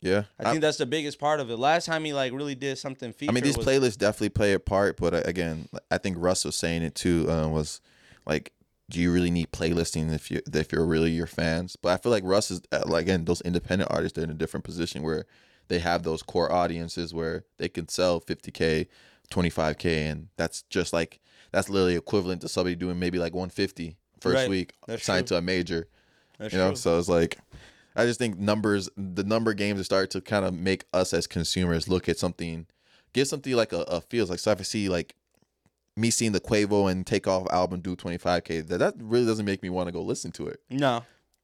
Yeah,
I think that's the biggest part of it. Last time he like really did something featured.
I mean, these
was-
playlists definitely play a part, but uh, again, I think Russ was saying it too. Uh, was like, do you really need playlisting if you if you're really your fans? But I feel like Russ is uh, like again those independent artists they're in a different position where they have those core audiences where they can sell 50k, 25k, and that's just like that's literally equivalent to somebody doing maybe like 150 first
Right.
week
That's
signed
true.
to a major.
That's
you know,
true.
so it's like I just think numbers, the number games, start to kind of make us as consumers look at something, give something like a, a feels like. So if I see like me seeing the Quavo and Takeoff album do 25k, that that really doesn't make me want to go listen to it.
No.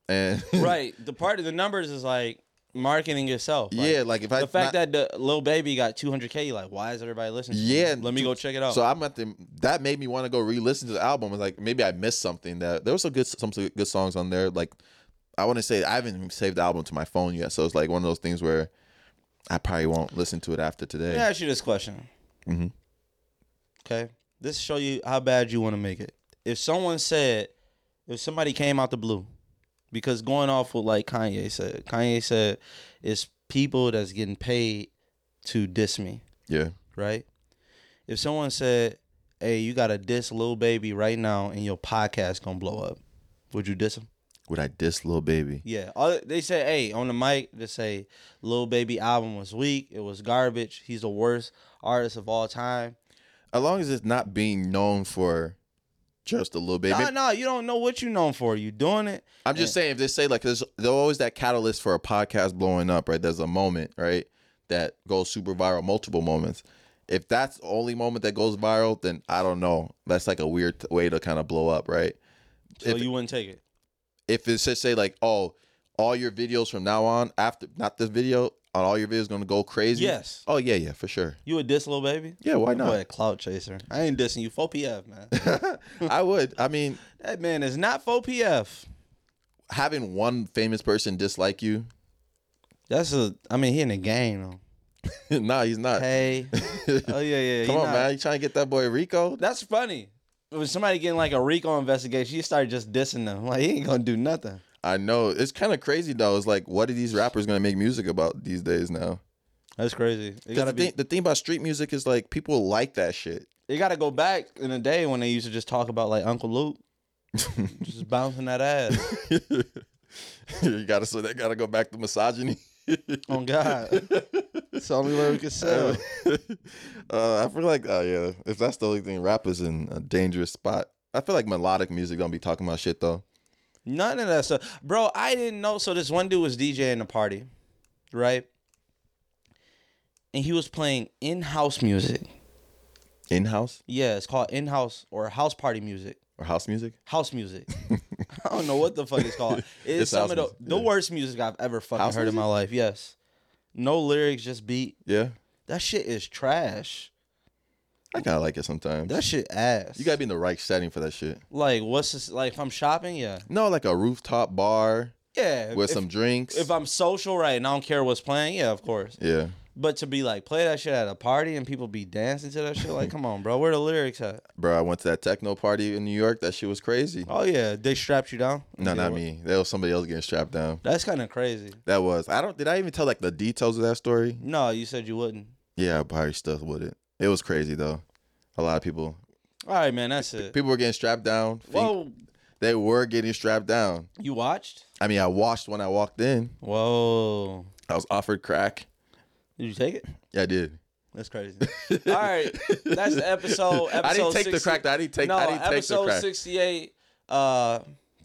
And
right. The part of the numbers is like marketing yourself.
Yeah, like, if I-
the fact that the little baby got 200k, like why is everybody listening? to
Yeah,
him? let me go check it out.
So I'm at the that made me want to go re-listen to the album. It's like maybe I missed something. That there was some good some good songs on there. Like I want to say I haven't even saved the album to my phone yet, so it's like one of those things where I probably won't listen to it after
Let
today.
me ask you this question.
hmm
Okay. This show you how bad you want to make it. If someone said, if somebody came out the blue, because going off with like Kanye said, Kanye said, it's people that's getting paid to diss me,
Yeah.
right? If someone said, hey, you got to diss little baby right now and your podcast gonna blow up, would you diss him?
Would I diss Lil Baby?
Yeah, all, they say, hey, on the mic, they say, "Lil Baby album was weak. It was garbage. He's the worst artist of all time."
As long as it's not being known for just a Lil Baby.
No, no, you don't know what you're known for. You doing it.
I'm just
and-
saying if they say like there's there's always that catalyst for a podcast blowing up, right? There's a moment, right, that goes super viral, multiple moments. If that's the only moment that goes viral, then I don't know. That's like a weird t- way to kind of blow up, right?
So you wouldn't take it.
If it's just say like, oh, all your videos from now on, after not this video, on all your videos gonna go crazy.
Yes.
Oh yeah, yeah, for sure.
You would diss Lil Baby?
Yeah, why
That
not?
Boy, a clout chaser. I ain't dissing you. 4PF, man.
I would. I mean,
that man is not 4PF.
Having one famous person dislike you.
That's a. I mean, he in the game
though. nah, he's not.
Hey. Oh yeah, yeah.
Come
he
on,
not-
man. You trying to get that boy Rico?
That's funny. When somebody getting like a Rico investigation, you start just dissing them. Like he ain't gonna do nothing.
I know. It's kind of crazy though. It's like, what are these rappers gonna make music about these days now?
That's crazy. It
'Cause
gotta
the,
be.
thing, the thing about street music is like people like that shit.
They gotta go back in the day when they used to just talk about like Uncle Luke, just bouncing that ass.
you gotta so they gotta go back to misogyny.
oh God, it's the only way we can sell.
uh, I feel like, oh yeah, if that's the only thing, rap is in a dangerous spot. I feel like melodic music don't be talking about shit though.
None of that stuff. Bro, I didn't know. So this one dude was DJing a party, right? And he was playing in-house music.
In house
Yeah, it's called in-house or house party music.
or house music?
House music. I don't know what the fuck it's called. It's,
It's
some
house
of the,
music,
the worst music I've ever fucking
House
heard in my
music?
life. Yes. No lyrics, just beat.
Yeah,
That shit is trash.
I kind of like it sometimes.
That shit ass.
You gotta be in the right setting for that shit.
Like what's this like if I'm shopping, yeah.
No, like a rooftop bar.
Yeah.
With
if-
some drinks.
If I'm social right and I don't care what's playing, yeah, of course.
yeah.
But to be like play that shit at a party and people be dancing to that shit, like come on, bro, where the lyrics at?
Bro, I went to that techno party in New York. That shit was crazy.
Oh yeah, they strapped you down.
No,
Yeah,
not
what-
me. That was somebody else getting strapped down.
That's kind of crazy.
That was. I don't. Did I even tell like the details of that story?
No, you said you wouldn't.
Yeah, I probably stuff with it. It was crazy though. A lot of people.
All right, man, that's it.
People were getting strapped down. Think-
Whoa,
They were getting strapped down.
you watched?
I mean, I watched when I walked in.
Whoa.
I was offered crack.
Did you take it?
Yeah, I did.
That's crazy. All right, that's the episode. episode
I didn't take the
60
crack. though. I didn't take.
No,
I didn't take
episode
the crack.
sixty-eight. Uh,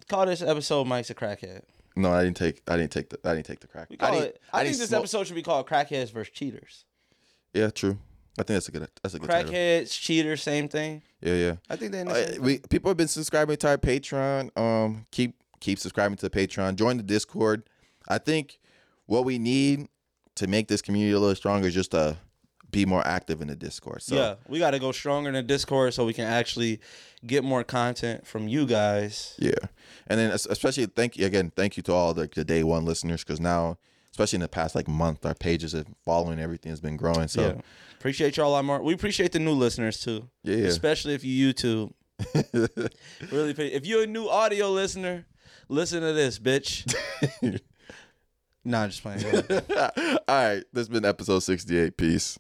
call this episode "Mike's a Crackhead."
No, I didn't take. I didn't take the. I didn't take the crack.
We call
I
I,
didn't,
it, I, think
didn't
this
smoke-
episode should be called "Crackheads versus Cheaters."
Yeah, true. I think that's a good. That's a good title.
Crackheads, cheaters, same thing.
Yeah, yeah.
I think they
Uh,
understand.
we people have been subscribing to our Patreon. Um, keep keep subscribing to the Patreon. Join the Discord. I think what we need to make this community a little stronger is just to be more active in the Discord. So
yeah, we got to go stronger in the Discord so we can actually get more content from you guys.
Yeah, and then es- especially thank you again. Thank you to all the, the day one listeners because now, especially in the past like month, our pages have following everything has been growing. So
Yeah. Appreciate y'all a lot more. We appreciate the new listeners too.
Yeah.
Especially if you YouTube. really, appreciate- if you're a new audio listener, listen to this, bitch. nah, I'm just playing. Go ahead.
all right, this has been episode sixty eight. Peace.